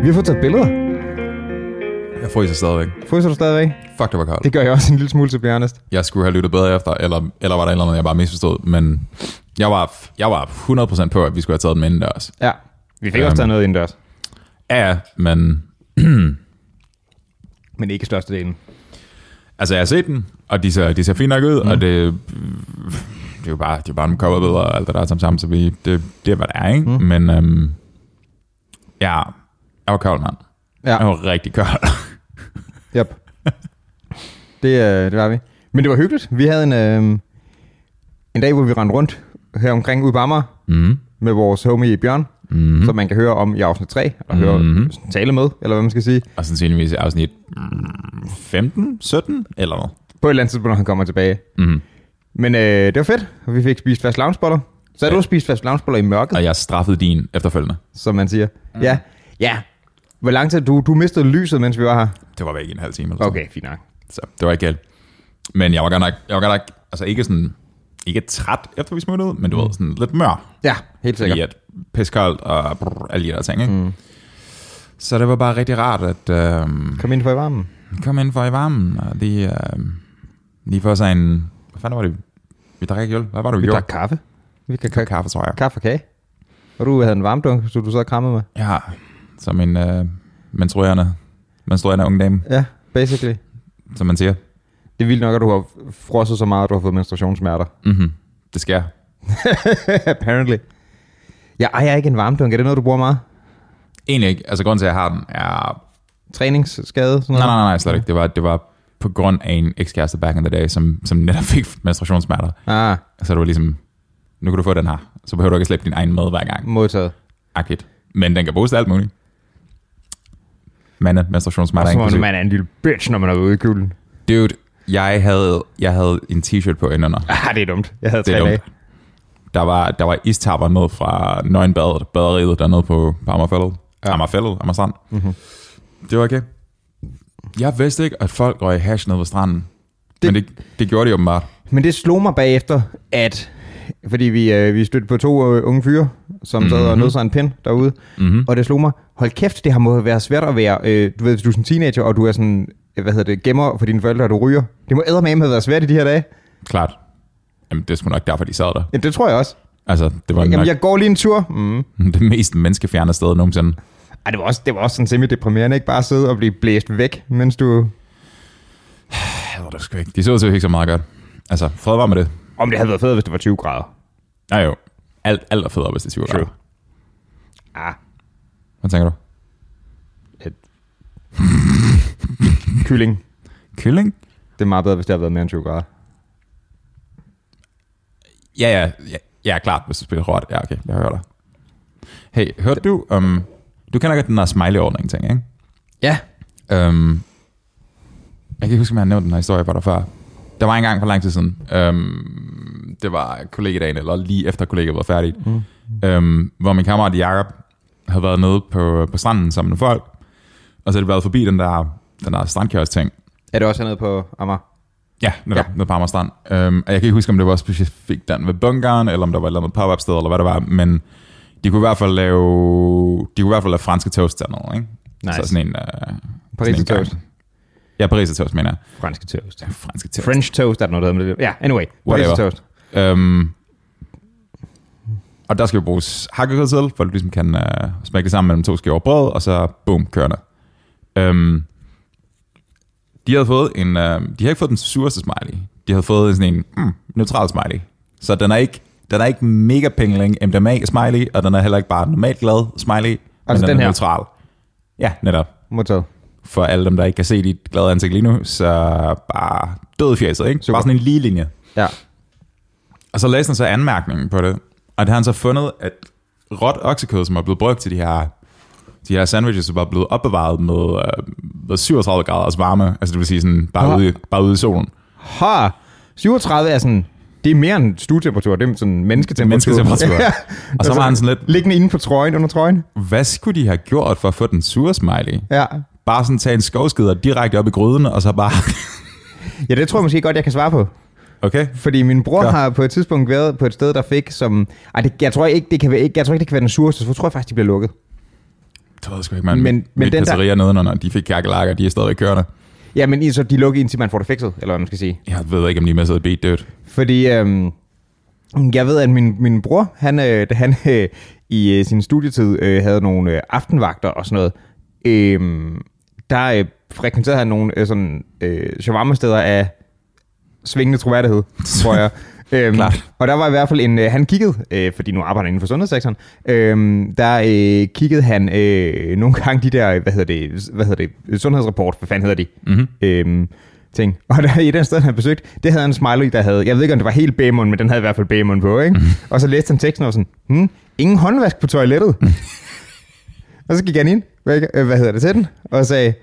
Vi har fået taget billeder. Jeg fryser stadigvæk. Fryser du stadigvæk? Fuck, det var koldt. Det gør jeg også en lille smule, to be honest. Jeg skulle have lyttet bedre efter, eller, eller var der et eller andet, jeg bare misforstod, men jeg var, jeg var 100% på, at vi skulle have taget dem indendørs. Ja. Vi fik også taget Øhm. noget indendørs. Ja, ja, men Men ikke størstedelen. altså jeg har set dem, og de ser, de ser fint nok ud, mm. og det, det er jo bare, det er bare en coverbilleder og alt det der sammen sammen, så vi, det, det er, hvad det er, ikke? Mm. Men øhm, ja, jeg var kold, mand. Ja. Jeg var rigtig kold. Yep. Det, øh, det var vi. Men det var hyggeligt. Vi havde en, øh, en dag, hvor vi rendte rundt her omkring ude på Amager Mm. med vores homie Bjørn, mm-hmm. som man kan høre om i afsnit 3, eller mm-hmm. høre tale med, eller hvad man skal sige, Og sandsynligvis i afsnit mm, 15, 17 eller noget. på et eller andet tidspunkt, når han kommer tilbage. Mm. Men øh, det var fedt, og vi fik spist fast loungeboller. Så er Ja. du spist fast loungeboller i mørket, Og jeg straffede din efterfølgende. som man siger. Mm. Ja. Ja. Hvor lang tid du, du mistede lyset, mens vi var her? Det var væk i en halv time eller sådan Okay, fint nok. Så det var ikke galt. Men jeg var godt nok, jeg var godt nok altså ikke sådan, ikke træt efter vi smuttede, men du ved, sådan lidt mør. Ja, helt sikkert. Fordi at piskoldt og brrr, alle de der ting, ikke? Mm. Så det var bare rigtig rart at øh, Kom ind for i varmen. komme ind for i varmen og lige, øh, lige få sig en... Hvad fanden var det? Vi drak ikke øl. Hvad var det, vi, Vi gjorde? drak kaffe. Vi kan Vi drak kaffe, tror jeg. kaffe og kage. Og du havde en varmdunk, så du så krammede med. Ja, som en øh, menstruerende, menstruerende ung dame, Ja, basically. som man siger. Det er vildt nok, at du har frosset så meget, at du har fået menstruationssmerter. Mm-hmm. Det sker. Apparently. Jeg ejer ikke en varmdunk. Er det noget, du bruger meget? Egentlig ikke. Altså, grunden til, at jeg har den, er Træningsskade? Sådan Nej, noget? nej, nej, slet ikke. Det var, det var på grund af en ekskæreste back in the day, som, som netop fik menstruationssmerter. Ah, Så det var ligesom, nu kan du få den her. Så behøver du ikke at slæbe din egen med hver gang. modtaget. Akkurat. Men den kan bruges til alt muligt. Mande, menstruationssmerter. Og så må inklusiv. man er en lille bitch, når man er ude i kulden. Dude, jeg havde, jeg havde en t-shirt på indenunder. Ah, det er dumt. Jeg havde Det tre er dage. dumt. Der var, der var istapper ned fra Nøgenbadet, baderiet dernede på, på Amagerfællet. Ja. Amagerfællet, Amagerstrand. Mhm. Mm-hmm. Det var okay. Jeg vidste ikke, at folk røg hash ned ved stranden. Det, Men det, det gjorde de åbenbart. Men det slog mig bagefter, at... Fordi vi, øh, vi stødte på to øh, unge fyre, som mm-hmm. sad og nød sig en pind derude. Mm-hmm. Og det slog mig, hold kæft, det har må være svært at være... Øh, du ved, hvis du er sådan en teenager, og du er sådan... øh, Hvad hedder det? Gemmer for dine forældre, og du ryger. Det må eddermame have været svært i de her dage. Klart. Jamen, det er sgu nok derfor, de sad der. Ja, det tror jeg også. Altså, det var Jamen, nok jeg går lige en tur. Mm. jeg... det mest menneskefjerne sted nogensinde. Ej, det var også, det var også sådan semi-deprimerende, ikke? Bare at sidde og blive blæst væk, mens du... Jeg ved det sgu ikke. De så selvfølgelig ikke så meget godt. Altså, fred var med det. Om det havde været fedt, hvis det var 20 grader. Ja jo. Alt, alt er federe, hvis det er 20 True. grader. Ah, Hvad tænker du? et... Kylling. Kylling? Det er meget bedre, hvis det har været mere end 20 grader. Ja, ja, ja, ja klart, hvis du spiller råt. Ja, okay, jeg hører dig. Hey, hørte du om... Um, du kender godt den der smiley-ordning ting, ikke? Ja. Um, jeg kan ikke huske, om jeg har nævnt den her historie for dig før. Der var en gang for lang tid siden. Um, det var kollegedagen, eller lige efter kollegiet var færdigt. Mm. Um, hvor min kammerat Jacob havde været nede på, på stranden sammen med folk. Og så havde de været forbi den der, den der strandkiosk-ting. Er det også hernede på Amager? Ja, netop, Ja. ja. nede på Amagerstrand. Øhm, og jeg kan ikke huske, om det var specifikt den ved bunkeren, eller om der var et eller andet pop-up sted, eller hvad det var, men de kunne i hvert fald lave, de kunne i hvert fald lave franske toast dernede, ikke? Nice. Så sådan en... Øh, Paris sådan en toast. gang. Ja, Paris toast, mener jeg. Fransk toast. Franske toast. French toast er der noget, der hedder, men det. Ja, anyway. Whatever. Paris toast. Øhm, og der skal jo bruges hakkekød til, for at du ligesom kan øh, smække det sammen mellem to skiver brød, og så bum, kørende. Øhm, de havde fået en, øh, de havde ikke fået den sureste smiley. De havde fået sådan en mm, neutral smiley. Så den er ikke, den er ikke mega pingling MDMA smiley, og den er heller ikke bare normalt glad smiley, Altså men den den her? er neutral. Ja, netop. Modtaget. For alle dem, der ikke kan se dit glade ansigt lige nu, så bare død fjæset, ikke? Super. Bare sådan en lige linje. Ja. Og så læste han så anmærkningen på det, og det har han så fundet, at råt oksekød, som er blevet brugt til de her, de her sandwiches, var blevet opbevaret med, øh, med 37 graders varme, altså det vil sige sådan bare, Nå. ude, i, bare ude i solen. Ha! 37 er sådan... Det er mere end stuetemperatur, det er sådan mennesketemperatur. Mennesketemperatur. Ja. Og så var han sådan lidt, Liggende inde på trøjen, under trøjen. hvad skulle de have gjort for at få den sure smiley? Ja. Bare sådan tage en skovskider direkte op i gryden, og så bare, Ja, det tror jeg måske godt, jeg kan svare på. okay, Fordi min bror ja. Ja. har på et tidspunkt været på et sted, der fik som... Ej, det, jeg, tror ikke, det kan være, jeg tror ikke, det kan være den sureste, så tror jeg faktisk, de bliver lukket. det ved jeg sgu ikke, man. Men- Men, men men den der- pizzerier der... nedenunder, de fik kakkelakker, de er stadig kørende. Ja, men i- så de lukker indtil man får det fikset, eller hvad man skal sige. Jeg ved ikke, om de er med sig beat dødt. Fordi øhm, jeg ved, at min, min bror, han, øh, da han øh, i øh, sin studietid øh, havde nogle øh, aftenvagter og sådan noget, øh, der øh, frekventerede han nogle øh, sådan, øh, shawarma-steder af svingende troværdighed, tror jeg. Øhm, Klart. og der var i hvert fald en, øh, han kiggede, øh, fordi nu arbejder han inden for sundhedssektoren, øh, der øh, kiggede han øh, nogle gange de der, øh, hvad hedder det, hvad hedder det sundhedsrapport, hvad fanden hedder de? Mm-hmm. øhm, ting. Og der i den sted, han besøgte, det havde en smiley, der havde, jeg ved ikke, om det var helt bæmon, men den havde i hvert fald bæmon på, ikke? og så læste han teksten og var sådan, hmm, ingen håndvask på toilettet. og så gik han ind, hvad, øh, hvad hedder det til den, og sagde,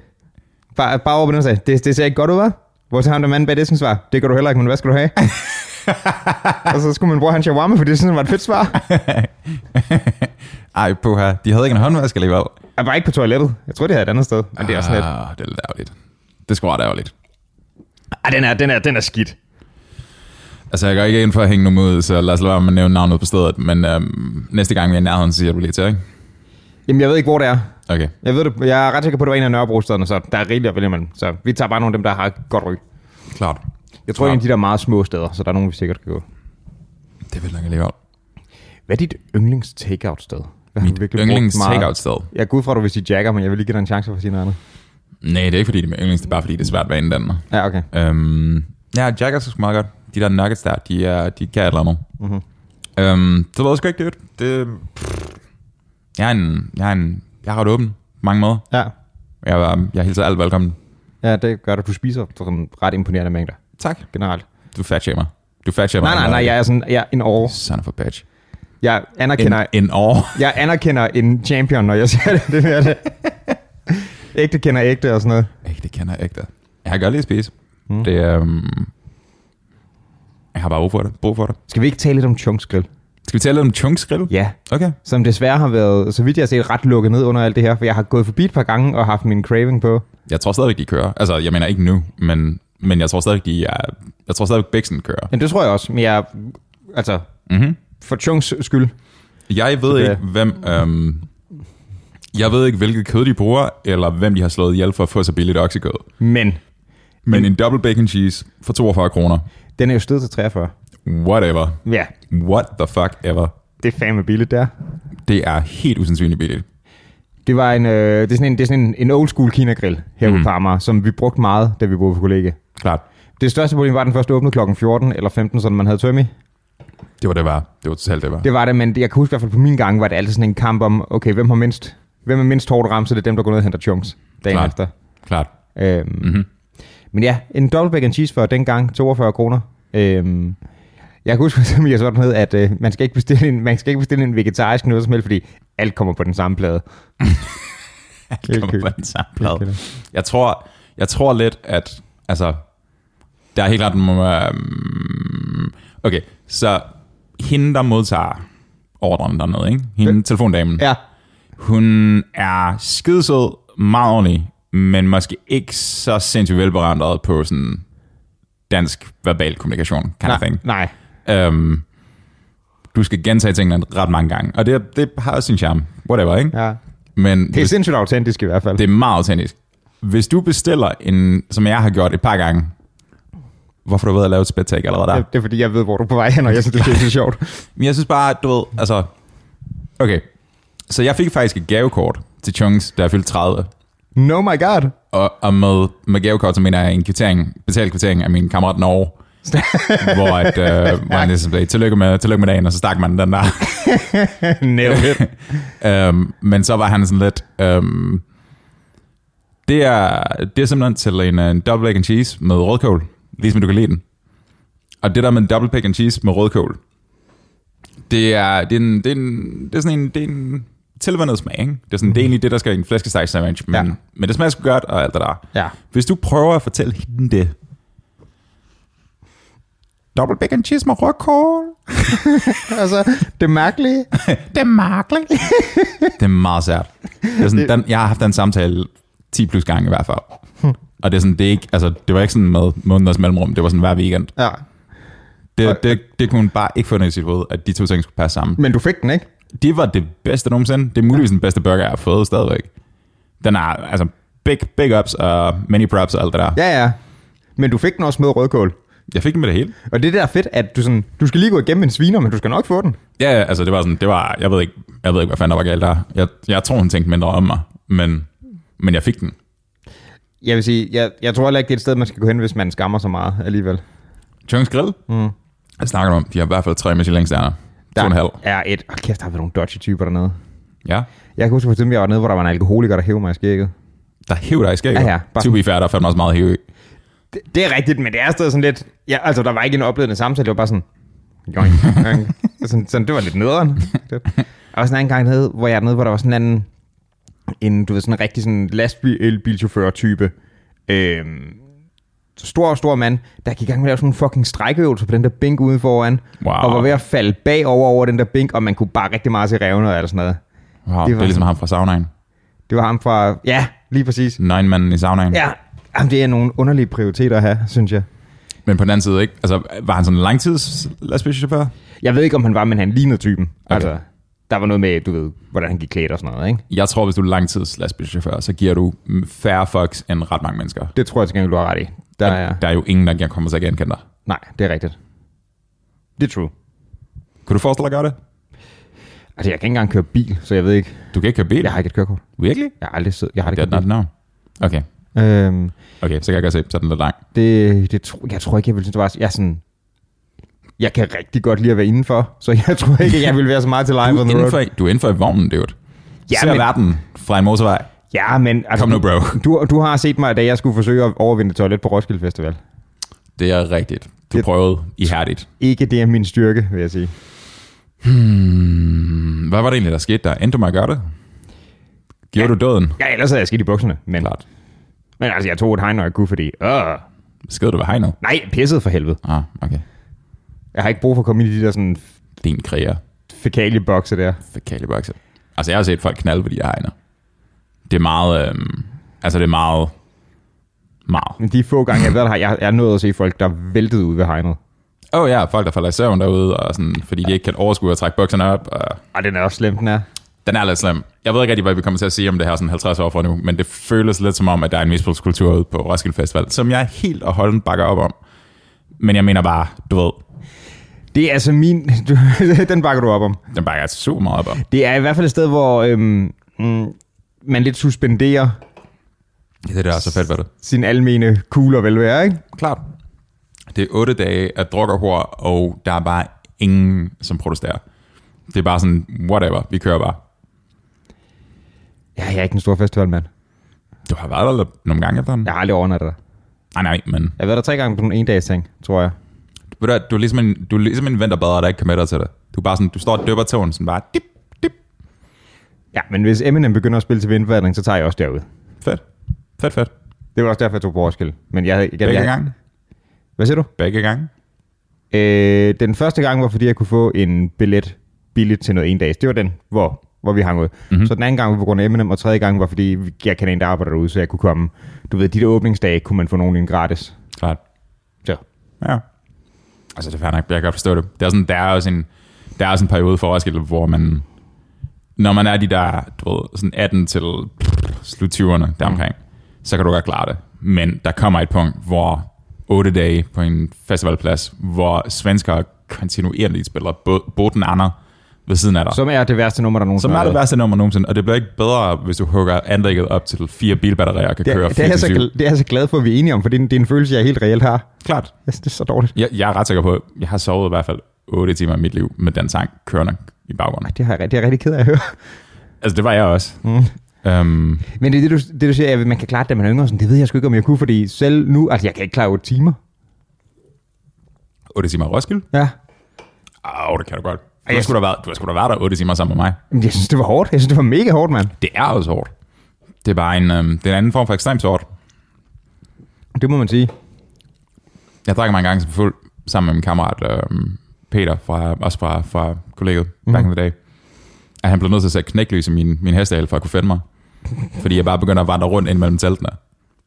bare, bare over på den og sagde, det, det ser ikke godt ud, hva'? Hvor så ham der manden bag disken svar, det gør du heller ikke, men hvad skal du have? og så skulle man bruge hans shawarma, for det synes han var et fedt svar. Ej, på her. De havde ikke en håndvask alligevel. Jeg var ikke på toilettet. Jeg tror, det havde et andet sted. Men det er også sådan lidt. ah, det er lidt ærgerligt. Det er sgu ret ærgerligt. Ah, den er, den er, den er skidt. Altså, jeg går ikke ind for at hænge nogen ud, så lad os lade være med at nævne navnet på stedet, men øhm, næste gang vi er i nærheden, så siger du lige til, ikke? Jamen, jeg ved ikke, hvor det er. Okay. Jeg ved det, jeg er ret sikker på, at det var en af Nørrebrostederne, så der er rigeligt at vælge imellem. Så vi tager bare nogle af dem, der har et godt ryg. Klart. Jeg tror, Klart. en af de der er meget små steder, så der er nogen, vi sikkert kan gå. Det vil nok alligevel. Hvad er dit yndlings takeout sted? Hvad har du Mit virkelig yndlings brugt meget? takeout sted. Jeg går ud fra, at du vil sige Jagger, men jeg vil lige give dig en chance for at sige noget andet. Nej, det er ikke fordi, det er mit yndlings, det er bare fordi, det er svært at være inddannet. Ja, okay. Øhm, ja, Jaggers er sgu meget godt. De der nuggets der, de, er, de kan et eller andet. Mm-hmm. Øhm, det ved jeg sgu ikke, det. det jeg er en, jeg er en, jeg har det åben på mange måder. Ja, Jeg, var- jeg hilser alt velkommen. ja det gør det. Du spiser sådan ret imponerende mængder, Tak. generelt. Du fatshamer. mig. Du fatshamer. Nej, nej, nej, jeg er sådan, jeg er en over. Son of a bitch. Jeg En, anerkender, en, en år. jeg anerkender en champion, når jeg ser det. det, er det. ægte kender ægte og sådan noget. Ej, det kender jeg ikke da. Jeg kan godt lide at spise. Mm. Det, øhm, jeg har bare brug for det. Brug for det. Skal vi ikke tale lidt om Chunks Grill? Skal vi tale lidt om Chunks Grill? Ja, Okay. som desværre har været, så vidt jeg har set, ret lukket ned under alt det her, for jeg har gået forbi et par gange og haft min craving på. Jeg tror stadigvæk, de kører. Altså, jeg mener ikke nu, men, men jeg tror stadigvæk, de er... Jeg tror stadigvæk, Bixen kører. Men det tror jeg også, men jeg, altså, Mm-hmm. for Chunks skyld. Jeg ved Ja. ikke, hvem... Øhm, jeg ved ikke, hvilket kød de bruger, eller hvem de har slået ihjel for at få så billigt oksekød. Men, Men en double bacon cheese for 42 kroner. den er jo stedet til 43. Whatever. Ja, What the fuck ever. det er fandme billigt der. Det er helt usandsynligt billigt. Det var en, øh, det er sådan en, det er sådan en, en old school kinagrill her mm. på Parma, som vi brugte meget, da vi boede på kollega. Klart. Det største problem var, at den først åbnede klokken 14 eller 15, så man havde tømme. Det var det var. Det var totalt det var. Det var det, men jeg kan huske i hvert fald på min gang, var det altid sådan en kamp om, okay, hvem har mindst, hvem er mindst hårdt ramt, så det er dem, der går ned og henter chunks dagen Klart. efter. Klart. Øhm, Mhm. mm-hmm. Men ja, en double bacon cheese for dengang 42 kroner. Øhm, jeg kan huske, som jeg sådan hed, at øh, man, skal ikke bestille en, man skal ikke bestille en vegetarisk noget som helst, fordi alt kommer på den samme plade. Det kommer køber. på den samme plade. Jeg tror, jeg tror lidt, at... Altså, der er helt klart... øhm, Okay, så hende, der modtager ordren dernede, ikke? Hende, Det- telefondamen. Ja, Hun er skidesød, meget ordentlig, men måske ikke så sindssygt velberandret på sådan dansk verbal kommunikation, kind of nej, thing. nej. Øhm, du skal gentage tingene ret mange gange, og det, det har også sin charme. Whatever, ikke? Ja. Men Det er hvis- sindssygt autentisk i hvert fald. det er meget autentisk. Hvis du bestiller en, som jeg har gjort et par gange, hvorfor du ved at lave et spættag allerede der? Det, det er fordi, jeg ved, hvor du er på vej hen, og jeg synes, det er så sjovt. Men jeg synes bare, du ved, altså... Okay, så jeg fik faktisk et gavekort til Chunks, da jeg fyldte 30. No my god. Og, og med, med gavekort, så mener jeg en kvittering, betalt kvittering af min kammerat Norge, hvor, at, øh, hvor han ligesom sagde, tillykke med, tillykke med dagen, og så stak man den der. Nailed it. øhm, men så var han sådan lidt... Øhm, det, er, det er simpelthen til en, øh, en double bacon cheese med rødkål, ligesom du kan lide den. Og det der med en double bacon cheese med rødkål, det er, det er, en, det er, en, det er sådan en, det er en tilvandet smag, ikke? Det er, sådan, det er egentlig det, der skal i en flæskesteg sandwich, men, Ja. ja. men det smager sgu godt og alt det der. Ja. Hvis du prøver at fortælle hende det, Double bacon cheese med rødkål. Altså, det mærkelige. Det er mærkeligt. det er meget sært. Det er sådan, den, jeg har haft den samtale 10 plus gange i hvert fald. Og det, er sådan, det, er ikke, altså, det var ikke sådan med måneders mellemrum, det var sådan hver weekend. Ja. Det, det, det kunne hun bare ikke få ned i sit hoved, at de to ting skulle passe sammen. Men du fik den, ikke? Det var det bedste nogensinde. Det er muligvis den bedste burger, jeg har fået stadigvæk. Den er altså big, big ups og many props og alt det der. Ja, ja. Men du fik den også med rødkål. Jeg fik den med det hele. Og det er det, der er fedt, at du, sådan, du skal lige gå igennem en sviner, men du skal nok få den. Ja, ja, altså det var sådan, det var, jeg ved ikke, jeg ved ikke hvad fanden der var galt der. Jeg, jeg tror, hun tænkte mindre om mig, men, men jeg fik den. Jeg vil sige, jeg, jeg tror heller ikke, det er et sted, man skal gå hen, hvis man skammer sig meget alligevel. Chunks Grill, mm. jeg snakker du om, de har i hvert fald tre Michelin-stjerner. To og en halv. er et... Åh, kæft, der har været nogle dodgy typer dernede. Ja. Jeg kan huske, for eksempel, jeg var nede, hvor der var en alkoholiker, der hævde mig i skægget. Der hæv dig i skægget. Ja, ja, bare To be fair, der er fandme også meget hæv i. Det, det, er rigtigt, men det er stadig sådan lidt... Ja, altså, der var ikke en oplevende samtale, det var bare sådan... Joink, joink. sådan, sådan, det var lidt nederen. Det. Jeg var sådan en gang nede, hvor jeg er nede, hvor der var sådan en anden, en, du ved, sådan en rigtig sådan lastbilchauffør-type. Øhm, stor, stor mand, der gik i gang med at lave sådan nogle fucking strækøvelser på den der bænk ude foran. Wow. Og var ved at falde bagover over den der bænk, og man kunne bare rigtig meget se revner eller sådan noget. Wow, det, Det det, var- er ligesom ham fra saunaen. Det var ham fra... Ja, lige præcis. Nine-manden i saunaen. Ja, jamen, det er nogle underlige prioriteter at have, synes jeg. Men på den anden side, ikke? Altså, var han sådan en langtids lastbilchauffør? Jeg ved ikke, om han var, men han lignede typen. Okay. Okay. Altså, der var noget med, du ved, hvordan han gik klædt og sådan noget, ikke? Jeg tror, hvis du er langtids lastbilchauffør, så giver du mm, færre fucks end ret mange mennesker. Det tror jeg til gengæld, du har ret i. Der er... Der er jo ingen, der kan komme sig genkende dig. Nej, det er rigtigt. Det er true. Kunne du forestille dig at gøre det? Altså, jeg kan ikke engang køre bil, så jeg ved ikke. Du kan ikke køre bil? Jeg har ikke et kørekort. Virkelig? Jeg har aldrig siddet. Jeg har Det er aldrig not kørt bil. no. Okay. Øhm, Okay, så kan jeg godt se, så er den lidt lang. det, det tro, jeg tror ikke, jeg ville synes, det var... Jeg er sådan... Jeg kan rigtig godt lide at være indenfor, så jeg tror ikke, jeg ville være så meget til live Du on er the inden for, road. du er inden for i vognen, dude. Ja, Ser men- verden fra en motorvej. Ja, men... Altså, Kom nu, bro. Du, du har set mig, da jeg skulle forsøge at overvinde toilet på Roskilde Festival. Det er rigtigt. Du Det- prøvede ihærdigt. Ikke det er min styrke, vil jeg sige. Hmm, Hvad var det egentlig, der skete der? Endte du med at gøre det? Gjorde Ja. du døden? Ja, ellers havde jeg skidt i bukserne. Men, Klart. men altså, jeg tog et hegn, når jeg kunne, fordi... Øh, Skød du ved hegnet? nej, jeg pissede for helvede. Ah, okay. Jeg har ikke brug for at komme ind i de der sådan Din kriger. fækaliebokse der. Fækale bokse. Altså, jeg har set folk knalde ved de her hegner. Det er meget... Øhm, altså, det er meget... Meget. Men de få gange, jeg har været der, har jeg, jeg er nået at se folk, der væltede ud ved hegnet. Åh oh, ja, folk, der falder i søvn derude, og sådan, fordi de ikke kan overskue at trække bukserne op. Og Og den er også slem, den er. den er lidt slem. Jeg ved ikke rigtig, hvad vi kommer til at sige om det her sådan 50 år fra nu, men det føles lidt som om, at der er en misbrugskultur ude på Roskilde Festival, som jeg helt og holden bakker op om. Men jeg mener bare, du ved, Det er altså min... Du, den bakker du op om. den bakker jeg super meget op om. Det er i hvert fald et sted, hvor øhm, mm, man lidt suspenderer Ja, det er så fedt, hvad det sin almene kugle og velvære, ikke? Klart. Det er otte dage af druk og hår, og der er bare ingen, som protesterer. Det er bare sådan, whatever, vi kører bare. Ja, jeg er ikke en stor festivalmand. Du har været der lidt nogle gange efterhånden? Ah, Jeg har aldrig overnattet der. Nej, nej, men Jeg har været der tre gange på sådan en dags ting, tror jeg. ved du, hvad, du, er ligesom en, du er ligesom en vinterbader, der ikke kan med dig til det. Du er bare sådan, du står og døber tåen, sådan bare dip, dip. Ja, men hvis Eminem begynder at spille til vindvandring, så tager jeg også derud. Fedt. Fedt, fedt. Det var også derfor, jeg tog på Roskilde. Men jeg havde igen... Begge jeg, gange. Hvad siger du? Begge gange. Øh, den første gang var, fordi jeg kunne få en billet billigt til noget en dags. Det var den, hvor, hvor vi hang ud. Mhm. Mm-hmm. Så den anden gang var på grund af Eminem, og tredje gang var, fordi vi- jeg kan en, der arbejder derude, så jeg kunne komme. Du ved, de der åbningsdage kunne man få nogen ind gratis. Klart. Så. Ja. Altså, det er fair nok, jeg kan godt forstå det. Det er sådan, der er også en, der er også en periode for Roskilde, hvor man, når man er de der, du ved, sådan 18 til slut 20'erne deromkring, så kan du godt klare det. Men der kommer et punkt, hvor 8 dage på en festivalplads, hvor svenskere kontinuerligt spiller Bo- Boden Anna ved siden af dig. Som er det værste nummer, der Som nogensinde er det været. værste nummer nogensinde, og det bliver ikke bedre, hvis du hugger anlægget op til fire bilbatterier og kan køre Det, det, er jeg så, 24. gl- det er jeg så glad for, at vi er enige om, for det er, en- det er en følelse, jeg helt reelt har. Klart. Jeg synes, det er så dårligt. Jeg, jeg er ret sikker på, at jeg har sovet i hvert fald 8 timer i mit liv med den sang kørende i baggrunden. Det, har, jeg- det er jeg rigtig ked af at høre. Altså, det var jeg også. Mm. Øhm, Men det, er det, du, det du siger, at man kan klare det, da man er yngre, sådan, det ved jeg sgu ikke, om jeg kunne, fordi selv nu, altså jeg kan ikke klare 8 timer. 8 timer i Roskilde? Ja. Åh, det kan du godt. Du har sgu da været, du har sgu da været der 8 timer sammen med mig. Men jeg synes, det var hårdt. Jeg synes, det var mega hårdt, mand. Det er også hårdt. Det er bare en, øhm, det er en anden form for ekstremt hårdt. Det må man sige. Jeg drak mig en gang som fuld sammen med min kammerat øhm, Peter, fra, også fra, fra kollegiet mm. back in the day. At han blev nødt til at sætte knæklys i min, min hestehale for at kunne finde mig. Fordi jeg bare begyndte at vandre rundt ind mellem teltene.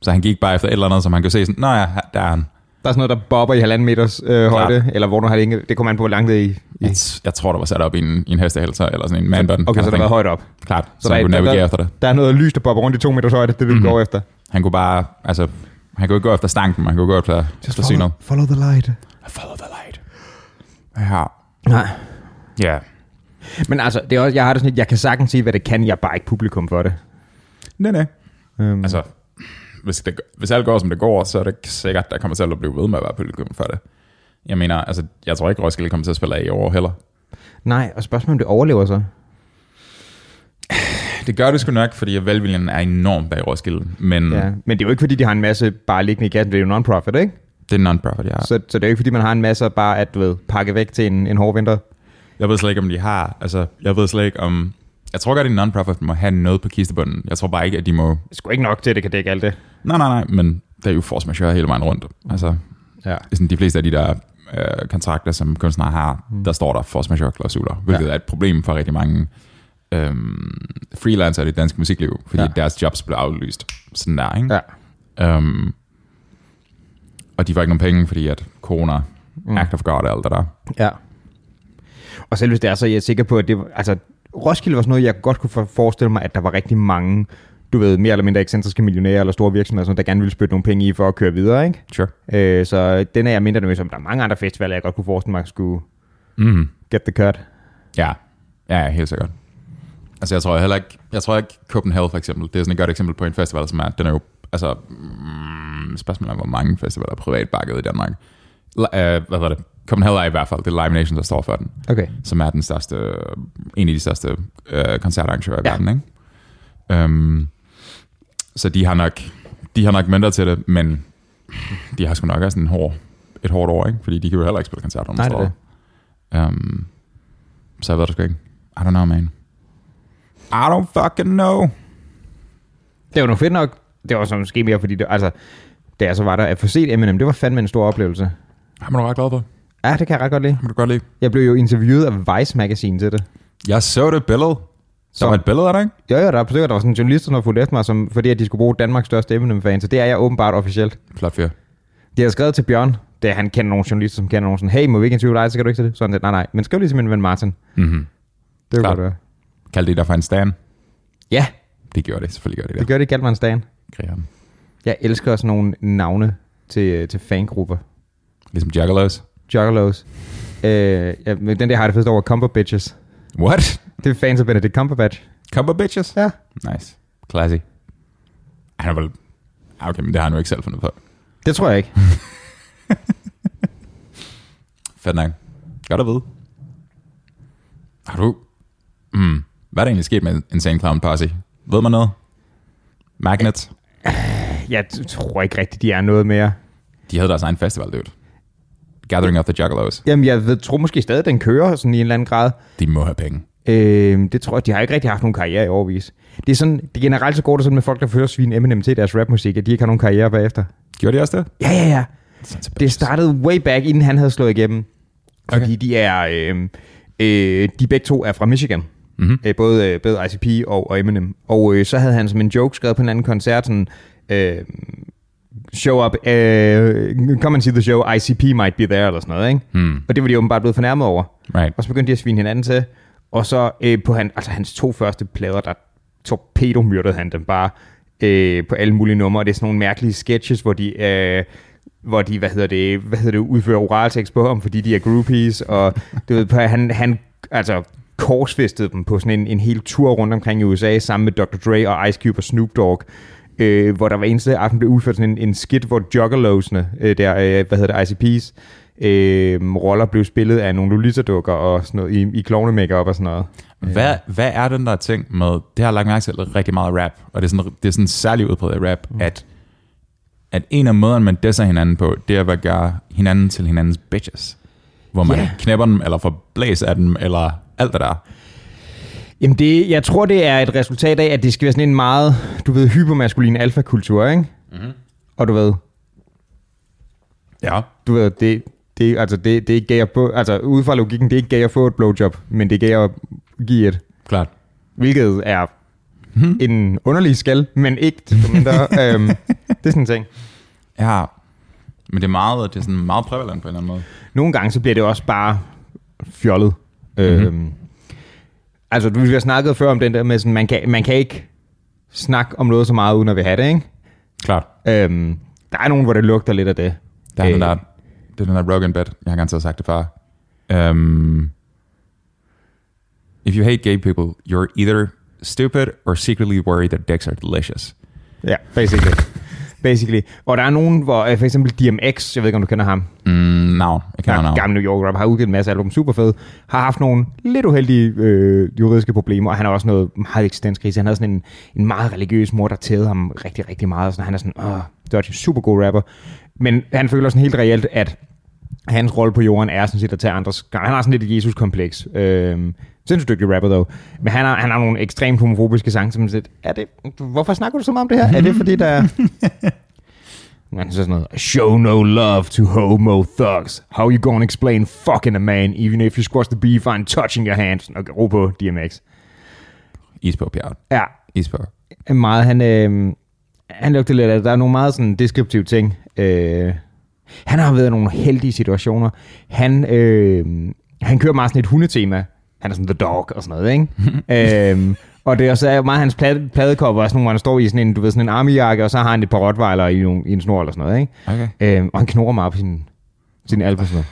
Så han gik bare efter et eller andet, som han kunne se sådan, Nå ja, her- der er han. Der er sådan noget, der bobber i halvanden meters øh, højde, eller hvor du har det ikke. Det kommer an på, hvor langt det er i. i. Jeg, t- jeg tror, der var sat op i en, i en hestehalser, eller sådan en manbun. Okay, så det var højt op. Klart, så, der han er- kunne der- navigere der- efter det. Mhm. Der er noget lys, der bobber rundt i to meters højde. Det er det, du går efter. Han kunne bare, altså, han kunne ikke gå efter stanken, men han kunne gå efter, efter synet. follow the light. Follow the light. Ja. Nej. Ja. Men altså, det er også, jeg har det sådan, lidt, jeg kan sagtens sige, hvad det kan. Jeg er bare ikke publikum for det. Nej, nej. Øhm, Altså, hvis, det, hvis alt går, som det går, så er det ikke sikkert, der kommer til at blive ved med at være publikum for det. Jeg mener, altså, jeg tror ikke, Roskilde kommer til at spille af i år heller. nej, og spørgsmålet om det overlever så. Mhm. Det gør det sgu nok, fordi velviljen er enorm bag Roskilde, men Ja. ja. Men det er jo ikke, fordi de har en masse bare liggende i kassen. Det er jo non-profit, ikke? det er non-profit, ja. Så, så det er jo ikke, fordi man har en masse bare at du ved, pakke væk til en, en hård vinter. Jeg ved slet ikke, om de har, altså, jeg ved slet ikke, om... Jeg tror godt, at en non-profit må have noget på kistebunden. Jeg tror bare ikke, at de må... Sgu ikke nok til, at det kan dække alt det. Nej, nej, nej, men der er jo force majeure hele vejen rundt. Altså, Ja. sådan de fleste af de der øh, kontrakter, som kunstnere har, mm. der står der force majeure klausuler, hvilket Ja. ja. er et problem for rigtig mange øh, freelancer i det danske musikliv, fordi Ja. ja. deres jobs blev aflyst. Sådan der, ikke? Ja. Ja. Um, og de får ikke nogen penge, fordi at corona, mm. act of God og alt det der. Ja. Og selv hvis det er, så er jeg sikker på, at det, var- altså, Roskilde var sådan noget, jeg godt kunne for- forestille mig, at der var rigtig mange, du ved, mere eller mindre ekscentriske millionærer eller store virksomheder, og sådan, noget, der gerne ville spytte nogle penge i for at køre videre, ikke? Sure. Øh, så den er jeg mindre nervøs om. Der er mange andre festivaler, jeg godt kunne forestille mig, skulle Mm. get the cut. Ja. ja, ja, helt sikkert. Altså jeg tror heller ikke, jeg tror ikke Copenhagen for eksempel, det er sådan et godt eksempel på en festival, som er, den er jo, altså, mm, spørgsmålet er, hvor mange festivaler er privat bakket i Danmark. L- øh, hvad var det? Copenhagen er i hvert fald, det er Live Nation, der står for den, Okay. som er den største, en af de største øh, koncertarrangører i Ja. ja. verden, ikke? Um, så de har nok, de har nok mindre til det, men de har sgu nok også en hård, et hårdt år, ikke? Fordi de kan jo heller ikke spille koncerter om Nej, det er steder. Um, så jeg ved det sgu ikke. I don't know, man. I don't fucking know. Det var nu fedt nok. Det var så måske mere, fordi det, altså, da jeg så var der, at få set Eminem, det var fandme en stor oplevelse. Ham er du ret glad for. Ja, det kan jeg ret godt lide. Ham er du godt lide. Jeg blev jo interviewet af Vice Magazine til det. Jeg så det billede. Så. Der var et billede af dig, ikke? Jo, jo, der, er- der var sådan en journalist, der havde fulgt efter mig, som, fordi at de skulle bruge Danmarks største Eminem-fan, så det er jeg åbenbart officielt. Flot fyr. De har skrevet til Bjørn, da han kender nogle journalister, som kender nogen sådan, hey, må vi ikke interviewe dig, så kan du ikke til det. Sådan lidt, nej, nej, men skriv lige til min ven Martin. Mm-hmm. Det kunne Klart. godt være. Kaldte det der for en stan. Ja, Det gjorde det, selvfølgelig gjorde det det det. gør det i Galvansdagen. Grineren. Jeg elsker sådan nogle navne til, til fangrupper. Ligesom Juggalos. Juggalos. Øh, ja, men den der har jeg det fedt over, Combo Bitches. What? Det er fans af Benedict Cumberbatch. Cumber bitches? Ja. Nice. Classy. Han er vel... Ah, Okay, men det har han jo ikke selv fundet på. Det tror jeg ikke. Fedt nok. Godt at vide. Har du... Mm. Hvad er der egentlig sket med Insane Clown Posse? Ved man noget? Magnet? Jeg t- tror ikke rigtigt, de er noget mere. De havde deres egen festival, dude. Gathering of the Juggalos. Jamen, jeg ved, tror måske stadig, den kører sådan i en eller anden grad. De må have penge. Øh, det tror jeg, de har ikke rigtig haft nogen karriere i overvis. Det er sådan, det generelt så går det sådan med folk, der fører svin Eminem til deres rapmusik, at de ikke har nogen karriere bagefter. Gjorde de også det? Ja, ja, ja. Sons of Det bitches. startede way back, inden han havde slået igennem. Fordi Okay. de er, øh, øh, de begge to er fra Michigan. Mhm. Øh, både, øh, både ICP og, og Eminem. Og øh, så havde han som en joke skrevet på en anden koncert, sådan, øh, show up, øh, come and see the show, ICP might be there, eller sådan noget, ikke? Hmm. Og det var de åbenbart blevet fornærmet over. Right. Og så begyndte de at svine hinanden til. Og så øh, på han, altså hans to første plader, der torpedomyrdede han dem bare øh, på alle mulige numre. Og det er sådan nogle mærkelige sketches, hvor de, øh, hvor de hvad hedder det, hvad hedder det, udfører oraltekst på ham, fordi de er groupies. Og du ved, på, han, han altså, korsfæstede dem på sådan en, en hel tur rundt omkring i USA, sammen med Dr. Dre og Ice Cube og Snoop Dogg. Øh, hvor der var eneste aften blev udført sådan en, en skit, hvor juggalosene, øh, der, øh, hvad hedder det, ICP's, øh, roller blev spillet af nogle Lolita-dukker og sådan noget, i, i klovne makeup og sådan noget. Hvad, hvad er den der ting med, det har jeg lagt mærke til rigtig meget rap, og det er sådan, det er sådan særlig udbredt i rap, mm. at, at en af måderne, man disser hinanden på, det er at gøre hinanden til hinandens bitches. Hvor man Ja. yeah. knæpper dem, eller får blæs af dem, eller alt det der. Jamen, det, jeg tror, det er et resultat af, at det skal være sådan en meget, du ved, hypermaskulin alfakultur, ikke? Mm-hmm. Og du ved, Ja. du ved, det, det, altså, det, det er ikke gay at få, altså ud fra logikken, det er ikke gay at få et blowjob, men det er gay at give et, Klart. hvilket er hmm. en underlig skal, men ikke desto mindre, øhm, det er sådan en ting. Ja. Men det er meget, det er sådan meget prævalent på en eller anden måde. Nogle gange så bliver det også bare fjollet. Mhm. Mm-hmm. Øhm, altså, du- vi har snakket før om den der med, sådan, man, kan, man kan ikke snakke om noget så meget, uden at vi have det, ikke? Klart. Øhm, der er nogen, hvor det lugter lidt af det. Der er, øh. den Øh. der, det er den der Rogan bed. Jeg har garanteret sagt det før. Um, if you hate gay people, you're either stupid or secretly worried that dicks are delicious. Ja, basically. basically. Og der er nogen, hvor øh, for eksempel DMX, jeg ved ikke, om du kender ham, Mm, navn. Jeg kender no, no. navn. gammel New York rapper, har udgivet en masse album, super fed, har haft nogle lidt uheldige øh, juridiske problemer, og han har også noget meget eksistenskrise. Han havde sådan en, en meget religiøs mor, der tædede ham rigtig, rigtig meget, og sådan, han er sådan, åh, Dodge, super god rapper. Men han føler sådan helt reelt, at hans rolle på jorden er sådan set at tage andres gang. Han har sådan lidt et Jesus-kompleks. Øhm, sindssygt dygtig rapper, dog. Men han har, han har nogle ekstremt homofobiske sange, som sådan lidt, er det, hvorfor snakker du så meget om det her? Er det fordi, der er... Han siger sådan noget, show no love to homo thugs. How you gonna explain fucking a man, even if you squash the beef, I'm touching your hands. Okay, ro på DMX. Isbjerg Bjerg. Ja, Isbjerg. meget. Han, øh, han lugter lidt af det. Der er nogle meget sådan deskriptive ting. Øh, han har været i nogle heldige situationer. Han, øh, han kører meget sådan et hundetema. Han er sådan the dog og sådan noget, ikke? øhm, og det er også er meget hans plade, pladekopper, er sådan nogle, hvor han står i sådan en, du ved, sådan en armjakke, og så har han et par rottweiler i, nogle, i en snor eller sådan noget, ikke? Okay. Øhm, og han knurrer meget på sin, sin albu sådan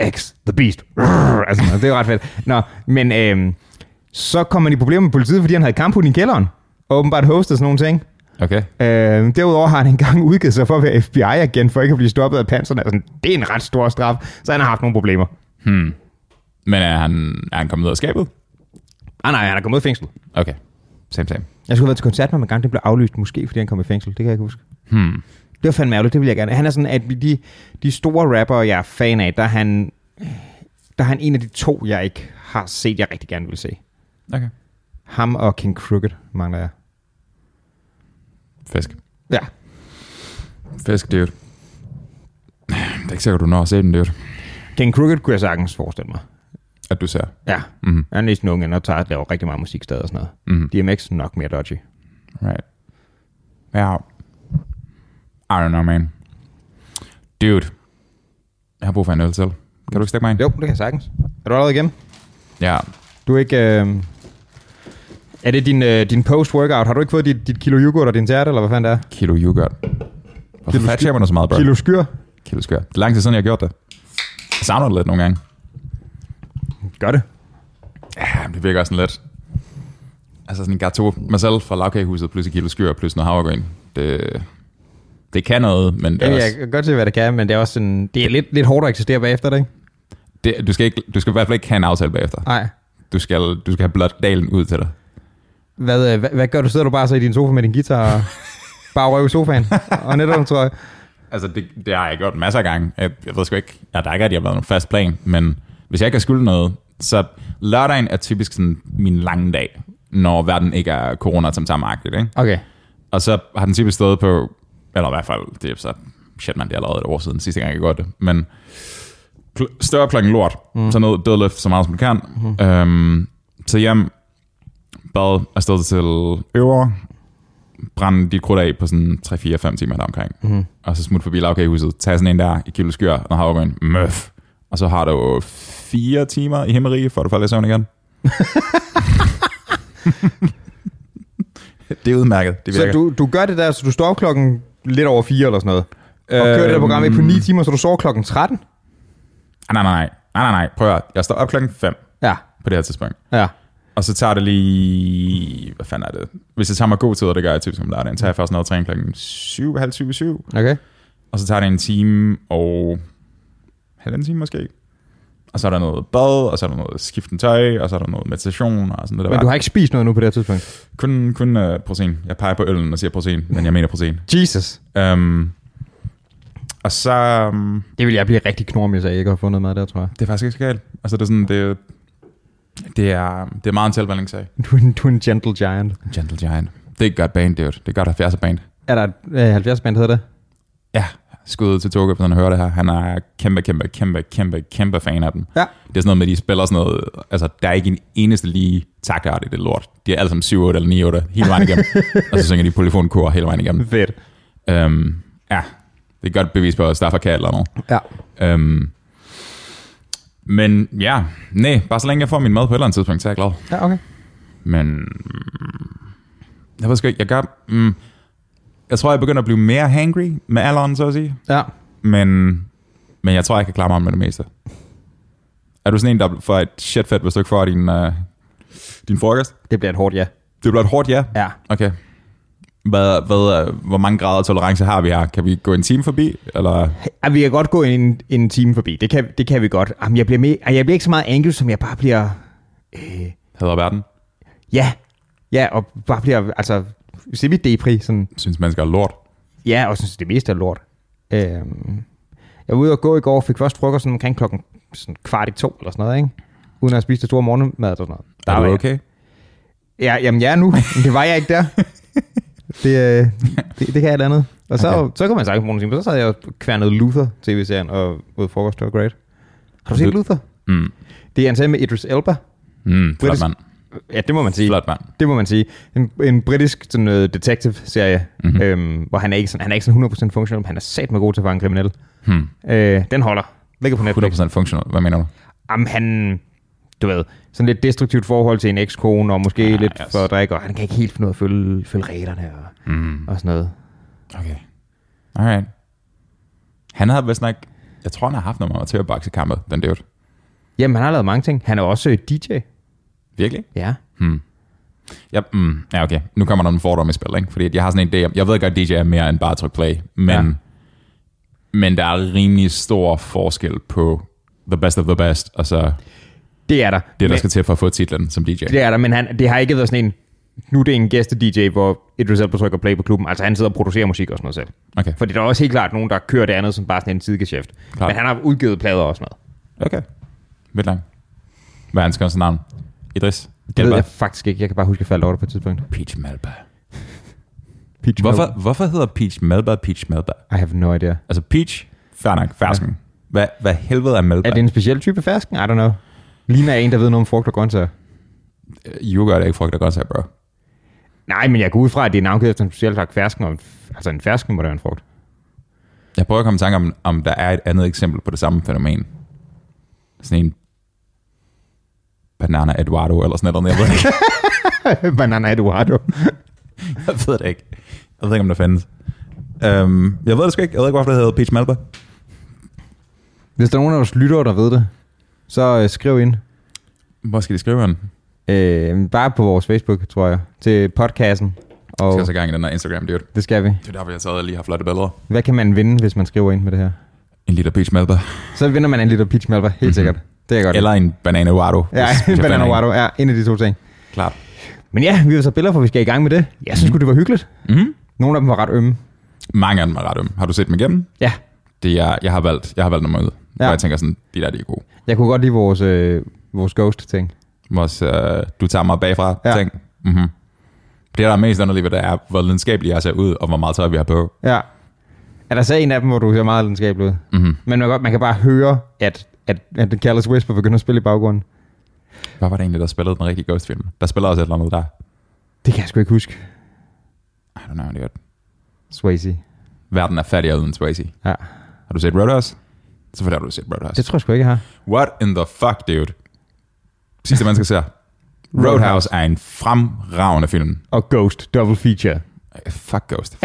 noget. X, the beast. Rrr, altså, det er jo ret fedt. Nå, men øhm, så kom han i problemer med politiet, fordi han havde kamphund i kælderen. Og åbenbart hostet sådan nogle ting. Okay. Øhm, derudover har han engang udgivet sig for at være FBI-agent, for ikke at blive stoppet af panserne. Altså, det er en ret stor straf, så han har haft nogle problemer. Hmm. Men er han, er han kommet ud af skabet? Ah nej, han er kommet ud af fængsel. Okay. Same, same. Jeg skulle have været til koncert med ham en gang, det blev aflyst, måske fordi han kom i fængsel, det kan jeg ikke huske. Hmm. Det var fandme ærgerligt, det vil jeg gerne. Han er sådan, at de, de store rapper, jeg er fan af, der er han, der er han en af de to, jeg ikke har set, jeg rigtig gerne vil se. Okay. Ham og King Crooked mangler jeg. Fisk. Ja. Fisk, dude. Det er ikke sikkert, du når at se den, dude. King Crooked kunne jeg sagtens forestille mig. At du ser. Ja. Mm. Han er næsten unge, og tager, laver rigtig meget musik stadig og sådan noget. Mm. DMX nok mere dodgy. Right. Ja. I don't know, man. Dude. Jeg har brug for en øl selv. Kan du ikke stikke mig en? Jo, det kan jeg sagtens. Er du allerede igennem? Ja. Du er ikke... Øh... Er det din, øh, din post-workout? Har du ikke fået dit, dit kilo yoghurt og din tærte, eller hvad fanden det er? Kilo yoghurt. Hvorfor Kilo fat shamer du så meget, bro? Kilo skyr? Kilo skør. Det er lang tid siden, jeg har gjort det. Jeg savner det lidt nogle gange. Gør det. Ja, men det virker også sådan lidt. Altså sådan en gato mig selv fra lavkagehuset, plus et kilo skyr, plus noget havregryn. Det, det kan noget, men det er Ja, også, jeg kan godt se, hvad det kan, men det er også sådan, det er lidt, lidt hårdt at eksistere bagefter, det, ikke? det, du, skal ikke, du skal i hvert fald ikke have en aftale bagefter. Nej. Du skal, du skal have blot dalen ud til dig. Hvad, øh, hvad, hvad, gør du? Sidder du bare så i din sofa med din guitar og bare røv i sofaen? og netop, tror jeg. Altså, det, det har jeg gjort masser af gange. Jeg, jeg ved sgu ikke, ja, der er ikke rigtig været nogen fast plan, men hvis jeg ikke har skyldt noget, så lørdagen er typisk sådan min lange dag, når verden ikke er corona som ikke? Okay. Og så har den typisk stået på, eller i hvert fald, det er så, shit man, det er allerede et år siden, sidste gang jeg gjorde det, men kl- større klokken lort, mm. så noget dødløft så meget som du kan. Mm-hmm. Mm. Øhm, så hjem, bad, afsted til øver, brænde dit krudt af på sådan 3-4-5 timer deromkring, Mm-hmm. mm. og så smut forbi lavkagehuset, tag sådan en der i kilo skyr, og har en møf, og så har du fire timer i himmerige, før du falder i søvn igen. det er udmærket. Det virker. Så du, du gør det der, så du står op klokken lidt over fire eller sådan noget. Og kører det der program i på 9 timer, så du sover klokken 13? Ah, Nej, nej, nej. Nej, nej, nej. Prøv at høre. Jeg står op klokken 5 Ja. på det her tidspunkt. Ja. Og så tager det lige... Hvad fanden er det? Hvis jeg tager mig god tid, og det gør jeg typisk om lørdagen, tager jeg først noget træning klokken 7, halv 7, 7. Okay. Og så tager det en time og... Halvanden time måske. Og så er der noget bad, og så er der noget skiften tøj, og så er der noget meditation og sådan noget der. Men du har ikke spist noget nu på det her tidspunkt? Kun, kun uh, protein. Jeg peger på øllen og siger protein, men jeg mener protein. Jesus. Um, og så... Um, Det vil jeg blive rigtig knorm, hvis jeg ikke har fundet mad der, tror jeg. det er faktisk ikke så galt. Altså, det er sådan, det, det er, det er meget en tilvandringssag. Du er en, du er en gentle giant. Gentle Giant. Det er et godt band, dude. Det er et godt 70'er band. Er der et øh, 70 band, hedder det? Ja, skud til Toge, hvis han hører det her. Han er kæmpe, kæmpe, kæmpe, kæmpe, kæmpe fan af dem. Ja. Det er sådan noget med, at de spiller sådan noget... Altså, der er ikke en eneste lige taktart i det lort. De er alle sammen 7 eller 9 8 hele vejen igennem. og så synger de polyfonkor hele vejen igennem. Fedt. Um, Øhm, ja, Det er et godt bevis på, at Staffer kan eller noget. Ja. Øhm, men ja, nej, bare så længe jeg får min mad på et eller andet tidspunkt, så er jeg glad. Ja, okay. Men mm, jeg ved sgu ikke, jeg gør... Mm, jeg tror, jeg begynder at blive mere hangry med alderen, så at sige. Ja. Men, men jeg tror, jeg kan klare mig med det meste. Er du sådan en, der får et shit fedt, hvis du ikke får din, uh, din frokost? Det bliver et hårdt ja. Det bliver et hårdt ja. Ja. Okay. Hvad, hvad, øh, hvor mange grader tolerance har vi her? Kan vi gå en time forbi? Eller? Ja, vi kan godt gå en, en time forbi. Det kan, det kan vi godt. Jamen, jeg, bliver med, ej, jeg bliver ikke så meget angry, som jeg bare bliver... Øh, Hader verden. ja. Ja, og bare bliver altså, semi-depri. Sådan, Synes, man skal have lort. ja, og synes, det meste er lort. Øh, jeg var ude og gå i går og fik først frokost sådan omkring klokken sådan kvart i to eller sådan noget, ikke? Uden at have spist det store morgenmad eller sådan noget. Der er var du jeg- okay? Ja, jamen jeg er nu. Men det var jeg ikke der. Det, øh, det, det kan jeg et andet. Og så, Okay. okay. så kunne man sagtens bruge nogle timer. Så sad jeg og kværnede Luther-tv-serien og ude frokost. Det var great. Har du set Lu- Luther? Mm. Det er en serie med Idris Elba. Mm, flot Britisk- mand. Ja, det må man sige. Flot mand. Det må man sige. En, en britisk sådan, øh, detective-serie, Mhm. mm-hmm. øhm, hvor han er ikke sådan, han er ikke sådan 100% funktionel, men han er sat med god til at fange kriminelle. Hmm. Øh, den holder. Ligger på Netflix. 100% funktionel. Hvad mener du? Jamen, han, du ved, sådan lidt destruktivt forhold til en ekskone, og måske Ah, ah, lidt yes. yes. for at drikke, og han kan ikke helt finde ud af at følge, følge reglerne og, Mm. og sådan noget. Okay. Alright. Han havde vist nok... Jeg tror, han har haft nogle amatørboksekampe, den dude. Jamen, han har lavet mange ting. Han er også øh, DJ. Virkelig? Ja. Hmm. Ja, mm, ja, okay. Nu kommer der nogle fordomme i spil, ikke? Fordi at jeg har sådan en idé om... Jeg ved godt, DJ er mere end bare at trykke play, men... Ja. Ja. Men der er rimelig stor forskel på the best of the best, og så Det er der. det, der men, skal til for at få titlen som DJ. det er der, men han, det har ikke været sådan en, nu er det en gæste-DJ, hvor Idris Elba trykker play på klubben. Altså, han sidder og producerer musik og sådan noget selv. Okay. Fordi der er også helt klart nogen, der kører det andet som bare sådan en sidegeschæft. Klart. Men han har udgivet plader og sådan noget. Okay. Vildt langt. Hvad er hans kunstnernavn? Idris? Det ved jeg faktisk ikke. Jeg kan bare huske, at jeg faldt over det på et tidspunkt. Peach Malba. Peach Milk. Hvorfor, hvorfor hedder Peach Malba Peach Malba? I have no idea. Altså Peach, fair nok, fersken. Hvad, hvad helvede er Malba? Er det en speciel type fersken? I don't know. Ligner jeg en, der ved noget om frugt og grøntsager? Øh, Yoghurt er ikke frugt og grøntsager, bro. Nej, men jeg går ud fra, at det er navngivet efter en speciel slags fersken, og en, f- altså en fersken må da være en frugt. Jeg prøver at komme i tanke om, om der er et andet eksempel på det samme fænomen. Sådan en Banana Eduardo eller sådan noget. Jeg ved, det ikke. Banana Eduardo. jeg ved det ikke. Jeg ved ikke, om det findes. Um, jeg ved det sgu ikke. Jeg ved ikke, hvorfor det hedder Peach Malba. Hvis der er nogen af os lyttere, der ved det, så øh, skriv ind. Hvor skal de skrive den? Øh, bare på vores Facebook, tror jeg, til podcasten. Jeg Og skal så i gang i den her Instagram, dude. det skal vi. Det er derfor, jeg sad og lige har flotte billeder. Hvad kan man vinde, hvis man skriver ind med det her? En liter Peach Malba. Så vinder man en liter peach melba, helt Mhm. mm-hmm. sikkert. Det er godt. Eller en Banana Eduardo. Ja, hvis- hvis en jeg banana finder Eduardo. Ja, en af de to ting. Klart. Men ja, vi vil så billeder, for vi skal i gang med det. Jeg synes mm. det var hyggeligt. Mm-hmm. Nogle af dem var ret ømme. Mange af dem er ret ømme. Har du set dem igennem? Ja, Det er, jeg har valgt, jeg har valgt nummer ud. Ja. Hvor Ja. jeg tænker sådan, de der, de er gode. jeg kunne godt lide vores, øh, vores ghost-ting. Vores, øh, du tager mig bagfra ja. Ja. ting. Mm-hmm. Det, der er mest underligt ved det, er, hvor lidenskabelige jeg ser ud, og hvor meget tøj vi har på. Ja. Er der så en af dem, hvor du ser meget lidenskabelig ud? Mm-hmm. Men man kan, godt, man kan bare høre, at, at, at The Careless Whisper begynder at spille i baggrunden. Hvad var det egentlig, der spillede den rigtige Ghost-film? Der spiller også et eller andet der. Det kan jeg sgu ikke huske. I don't know, det er Swayze. Verden er fattigere uden Swayze. Ja. Har du set Roadhouse? Selvfølgelig har du set Roadhouse. Det tror jeg sgu ikke, jeg har. What in the fuck, dude? Sidste menneske ser. Roadhouse er en fremragende film. Og Ghost Double Feature. Ej, Fuck Ghost.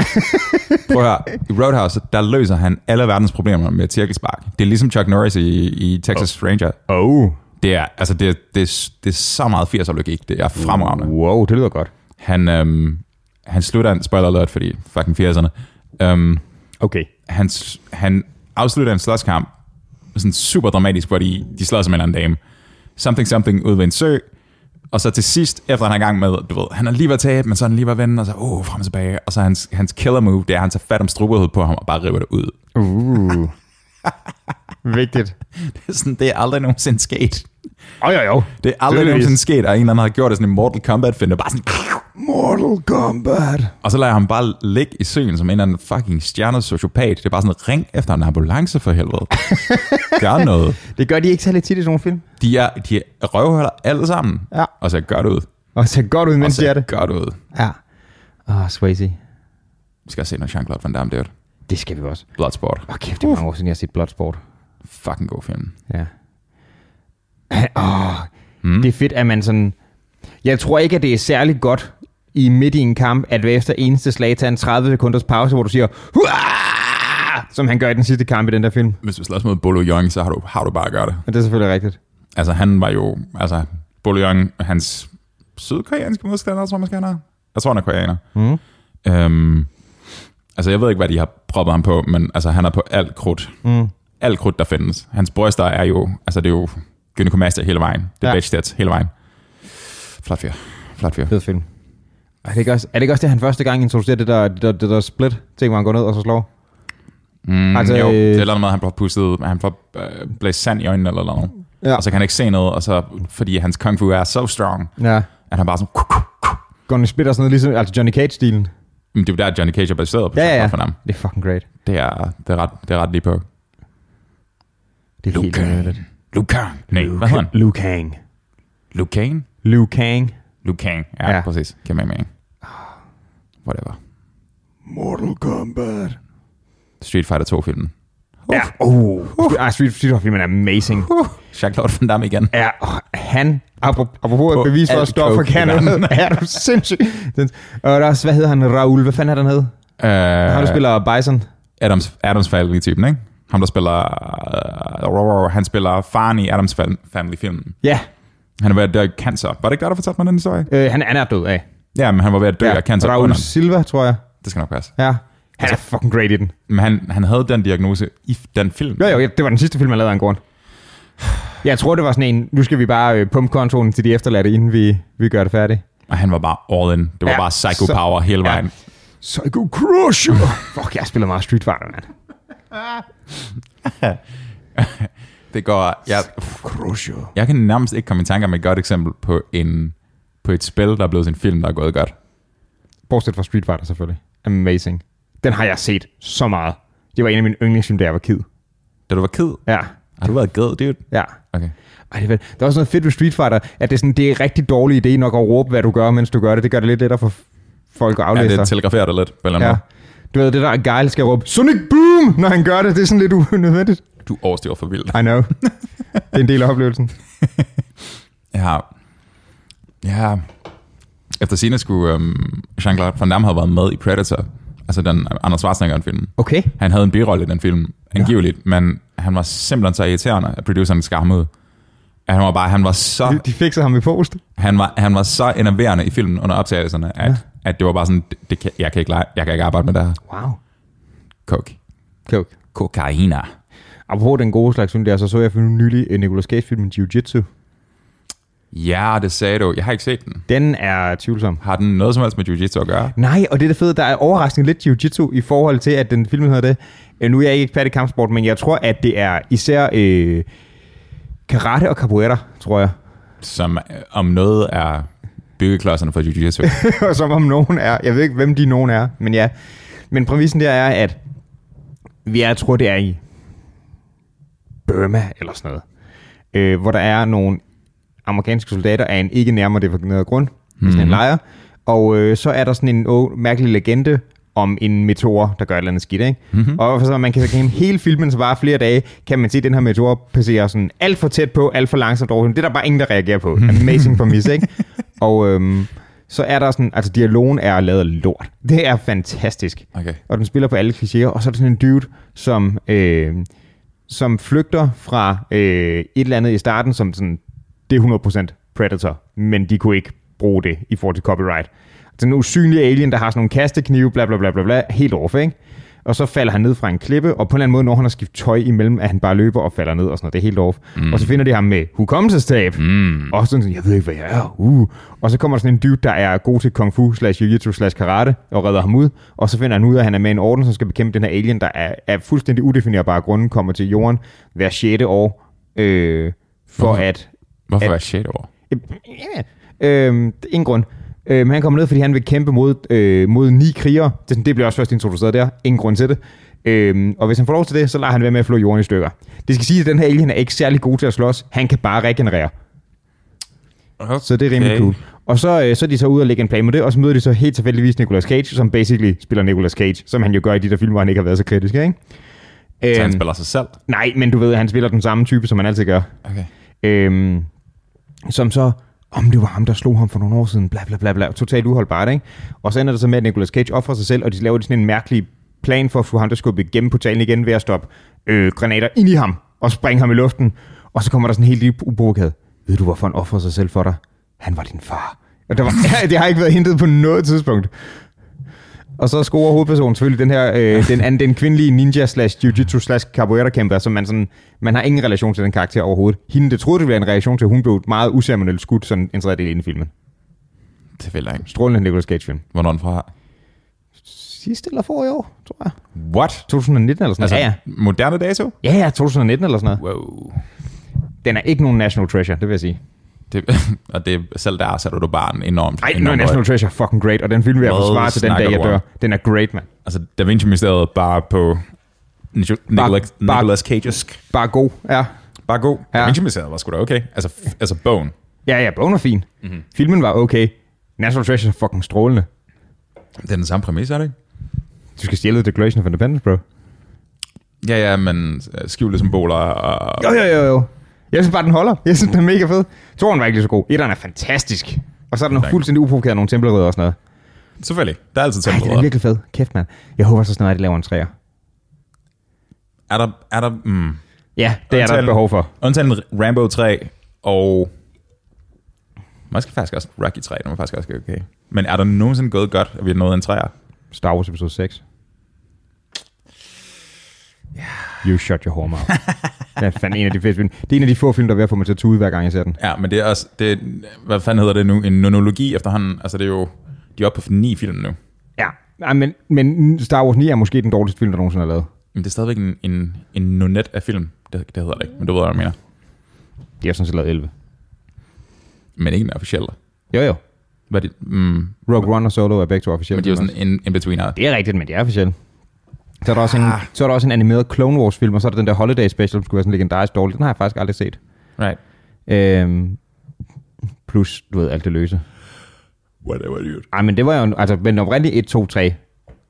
Prøv at høre. I Roadhouse, der løser han alle verdens problemer med et cirkelspark. Det er ligesom Chuck Norris i, i Texas oh. Ranger. Oh. Det er, altså, det, er- det, er- det er så meget 80'er logik. Det er fremragende. Wow, det lyder godt. Han, øhm, han slutter en spoiler alert, fordi fucking 80'erne. Øhm, Okay. han, s- han afslutter en slåskamp, sådan super dramatisk, hvor de, de slår som en eller anden dame. Something something ud ved en sø, og så til sidst, efter han er i gang med, du ved, han er lige ved at tabe, men så er han lige ved at vende, og så åh, frem og tilbage, og så hans, hans killer move, det er, at han tager fat om struberhovedet på ham og bare river det ud. Uh. Vigtigt. Det er sådan, det er aldrig nogensinde sket. Jo, jo, jo. Det er aldrig Tydeligvis. nogensinde sket, at en eller anden har gjort det sådan en Mortal Kombat film, bare sådan, Mortal Kombat. og så lader jeg ham bare ligge i søen som en eller anden fucking stjernet sociopat. Det er bare sådan, ring efter en ambulance for helvede. Gør noget. Det gør de ikke særlig tit i sådan nogle film. De er, de er røvhuller alle sammen. Ja. Og så gør det ud. Og ser godt ud, Og mens de er så det. gør det ud. Ja. Åh, oh, Swayze. Vi skal også se noget Jean-Claude Van Damme, det Det skal vi også. Bloodsport. Åh, kæft, det er mange år siden, jeg har set Bloodsport. Fucking god film. Ja. Åh, Mm. det er fedt, at man sådan... Jeg tror ikke, at det er særlig godt i midt i en kamp, at hver efter eneste slag tager en 30 sekunders pause, hvor du siger... Huah! Som han gør i den sidste kamp i den der film. Hvis du slås mod Bolo Young, så har du, har du bare at gøre det. Og det er selvfølgelig rigtigt. Altså, han var jo... Altså, Bolo Young, hans sydkoreanske modstander, tror jeg måske, han er. Jeg tror, han er koreaner. Mm. Øhm, altså, jeg ved ikke, hvad de har proppet ham på, men altså, han er på alt krudt. Mm. Alt krudt, der findes. Hans bryster er jo... Altså, det er jo gynekomastia hele vejen. Det er Ja. ja. stats hele vejen. Flot fyr. Flot fyr. Fed film. Er det, ikke også, er det ikke også det, han første gang introducerer det der, det der, det der split? Ting, hvor han går ned og så slår? Mm, Altså, altså, jo, øh, det er et eller andet med, at han får pustet, han får øh, blæst sand i øjnene eller noget. Ja. Ja. Og så kan han ikke se noget, og så, fordi hans kung fu er så strong, Ja. at han bare sådan... Går den i split og sådan noget, ligesom altså Johnny Cage-stilen? Men det er jo der, Johnny Cage er baseret på. Ja, så ja, godt ja. For ham. Det er fucking great. Det, er, det, er ret, det er ret lige på. Det er helt Luke vanvittigt. Luke Kang. Nej, hvad hedder han? Liu Kang. Luke Kang? Liu Kang. Luke Kang. Ja, Ja. Ah. ja. præcis. Kan man mening. Whatever. Mortal Kombat. Street Fighter 2-filmen. Ja. Oh. Uh. Ah, Street Fighter filmen er amazing. Uh. Jacques-Claude Van Damme igen. Ja, oh, han, apropos, apropos På at bevise for at alt stå for coke i Canada. verden. er du sindssyg? Den- Og der er også, hvad hedder han? Raul, hvad fanden er den hed? Øh, Han du spiller Bison. Adams, Adams Family-typen, ikke? Ham, der spiller... Øh, han spiller faren i Adams Fam- Family-filmen. Ja, Han er ved at dø af cancer. Var det ikke dig, der fortalte mig den historie? øh, han, han er død af. Ja, men han var ved at dø ja, af cancer. Raul under- Silva, tror jeg. Det skal nok passe. Ja. Han er fucking great i den. Men han, han havde den diagnose i f- den film. Jo, jo, ja, det var den sidste film, jeg lavede af en grund. Jeg tror, det var sådan en, nu skal vi bare øh, pumpe kontoen til de efterladte, inden vi, vi gør det færdigt. Og han var bare all in. Det var Ja, ja, bare psycho så- power hele ja. vejen. Psycho Crusher! Fuck, jeg spiller meget Street Fighter, mand. Det går... Jeg, Crusher. jeg kan nærmest ikke komme i tanke om et godt eksempel på, en, på et spil, der er blevet til en film, der er gået godt. Bortset fra Street Fighter, selvfølgelig. Amazing. Den har jeg set så meget. Det var en af mine yndlingsfilm, da jeg var kid. Da du var ked, Ja, har du været ged, dude? ja. Okay. Ej, det er, fedt. der er også noget fedt ved Street Fighter, at det er, sådan, det er en rigtig dårlig idé nok at råbe, hvad du gør, mens du gør det. Det gør det lidt lettere for f- folk at Ja, aflæse det dig. telegraferer dig lidt på en eller anden Ja. ja. Du ved, det der Guile skal råbe, Sonic Boom, når han gør det. Det er sådan lidt unødvendigt. måde. Du overstiger for vildt. I know. det er en del af oplevelsen. Ja. Ja. Efter scene skulle øhm, Jean-Claude Van Damme have været med i Predator. Altså den Anders Schwarzenegger-film. Okay. Han havde en birolle i den film, angiveligt, ja. men han var simpelthen så irriterende, at produceren skammede. At han var bare, han var så, De fikser ham i post. han var, han var så enerverende i filmen under optagelserne, at, ja. at det var bare sådan, det, det kan, jeg, kan ikke, lege- jeg kan ikke arbejde med det her. Wow. Coke. Coke. Kokaina. Apropos den gode slags film der, så så jeg for nylig en Nicolas Cage film med Jiu-Jitsu. Ja, det sagde du. Jeg har ikke set den. Den er tvivlsom. Har den noget som helst med jiu-jitsu at gøre? Nej, og det er det fede, der er overraskende lidt Jiu-Jitsu i forhold til, at den film hedder det. Øh, Nu er jeg ikke ekspert i kampsport, men jeg tror, at det er især øh, karate og capoeira, tror jeg. Som øh, om noget er byggeklodserne for jiu-jitsu. Og som om nogen er. Jeg ved ikke, hvem de nogen er, men ja. Men præmissen der er, at vi er, jeg tror, det er i Burma eller sådan noget, øh, hvor der er nogle amerikanske soldater af en ikke nærmere defineret grund, mm. sådan en lejr, og øh, så er der sådan en å, mærkelig legende om en meteor, der gør et eller andet skidt, ikke? Mm-hmm. Og så man kan så gennem hele filmen, så bare flere dage, kan man se den her meteor passere sådan alt for tæt på, alt for langsomt over. Det er der bare ingen, der reagerer på. Amazing præmis, ikke? Og øhm, så er der sådan, altså dialogen er lavet af lort. Det er fantastisk Okay. og den spiller på alle klichéer, og så er der sådan en dude, som, øh, som flygter fra øh, et eller andet i starten, som sådan, det er 100% Predator, men de kunne ikke bruge det i forhold til copyright. Den usynlige alien, der har sådan nogle kasteknive, bla bla bla bla, bla helt over, ikke? Og så falder han ned fra en klippe, og på en eller anden måde når han har skiftet tøj imellem, at han bare løber og falder ned og sådan noget. Det er helt off. Mm. Og så finder de ham med hukommelsestab. Mm. Og sådan, sådan, jeg ved ikke, hvad jeg er. Uh. Og så kommer der sådan en dude, der er god til kung fu slash jiu-jitsu slash karate, og redder ham ud. Og så finder han ud af, at han er med i en orden, som skal bekæmpe den her alien, der er, er fuldstændig udefinerbare grunde, kommer til jorden hver 6. år. Øh, for Hvorfor? at Hvorfor er shit over? Øh, ingen grund. Øh, men han kommer ned, fordi han vil kæmpe mod, øh, mod ni krigere. Det, er sådan- det bliver også først introduceret der. Ingen grund til det. Øhm, og hvis han får lov til det, så lader han være med at flå jorden i stykker. Det skal sige, at den her alien er ikke særlig god til at slås. Han kan bare regenerere. Så det er rimelig Okay. cool. Og så, øh, så er de så ude og lægge en plan med det, og så møder de så helt tilfældigvis Nicolas Cage, som basically spiller Nicolas Cage, som han jo gør i de der film, hvor han ikke har været så kritisk, ikke? Så han Øhm, spiller sig selv. nej, men du ved, han spiller den samme type, som han altid gør. Okay. Øhm, som så, om det var ham, der slog ham for nogle år siden, bla bla bla bla, totalt uholdbart, ikke? Og så ender det så med, at Nicolas Cage offrer sig selv, og de laver sådan en mærkelig plan for at få ham, der skulle igennem portalen igen, ved at stoppe øh, granater ind i ham, og springe ham i luften, og så kommer der sådan en helt lille ubruget, ved du, hvorfor han offrer sig selv for dig? Han var din far. Og der var, det har ikke været hentet på noget tidspunkt. Og så scorer hovedpersonen selvfølgelig den her, øh, den anden, den kvindelige ninja slash jiu-jitsu slash capoeira kæmper, som man sådan, man har ingen relation til den karakter overhovedet. Hende, det troede, det ville være en reaktion til, hun blev meget uceremonielt skudt, sådan en tredjedel inden filmen. Det vil jeg ikke. Strålende Nicolas Cage film. Hvornår er den fra? Sidste eller for i år, tror jeg. What? 2019 eller sådan Altså, noget. Altså, moderne dato? ja, ja. Ja, 2019 eller sådan noget. Wow. Den er ikke nogen national treasure, det vil jeg sige. Det, og det, selv der sætter du bare en enormt... Nej, enormt no national højt. treasure, fucking great. Og den film vil jeg Hvad forsvare til den snakker dag, jeg du om? dør. Den er great, mand. Altså, Da Vinci-mysteriet bare på Nic- Nicolas, bare- Nicolas Cage'sk. Bare god, ja. Bare god. Ja. Da Vinci-mysteriet var sgu da okay. Altså, f- altså bogen. Ja, ja, bogen var fin. Mm-hmm. Filmen var okay. National Treasure er fucking strålende. Det er den samme præmis, er det ikke? Du skal stjæle The Declaration of Independence, bro. Ja, ja, men øh, skjulte symboler og... Jo, jo, jo, jo. Jeg synes bare, den holder. Jeg synes, den er mega fed. Toren var ikke lige så god. Etteren er fantastisk. Og så er den Tak. fuldstændig uprovokeret af nogle tempelridder og sådan noget. Selvfølgelig. Der er altid Ej, den tempelet. er virkelig fed. Kæft, mand. Jeg håber så snart, at de laver en træer. Er der... Er der mm, Ja, det er der et Undtagen- behov for. undtagen Rambo 3 og... Måske faktisk også Rocky 3, den var faktisk også okay. Men er der nogensinde gået godt, at vi har nået en træer? Star Wars episode 6. You shut your horn out. Det er fandme en af de fedeste film. Det er en af de få film, der er ved at få mig til at tude, hver gang jeg ser den. Ja, men det er også... Det, er- hvad fanden hedder det nu? En nonologi efterhånden. Altså, det er jo... De er oppe på ni film nu. Ja, Ej, men, men Star Wars 9 er måske den dårligste film, der nogensinde er lavet. Men det er stadigvæk en, en, en nonet af film. Det, det hedder det ikke, men du ved, hvad jeg mener. De har sådan set lavet 11. Men ikke en officiel. Jo, jo. Hvad er det? Mm, Rogue One og Solo er begge to officielle. men de er jo film også. sådan en, en betweener. Det er rigtigt, men det er officielt. Så er, der også en, så er der også en animeret Clone Wars film, og så er der den der Holiday Special, som skulle være sådan legendarisk dårlig. Den har jeg faktisk aldrig set. Right. Øhm, plus, du ved, alt det løse. Whatever, dude. Ej, men det var jo, en- altså, men oprindeligt 1, 2, 3,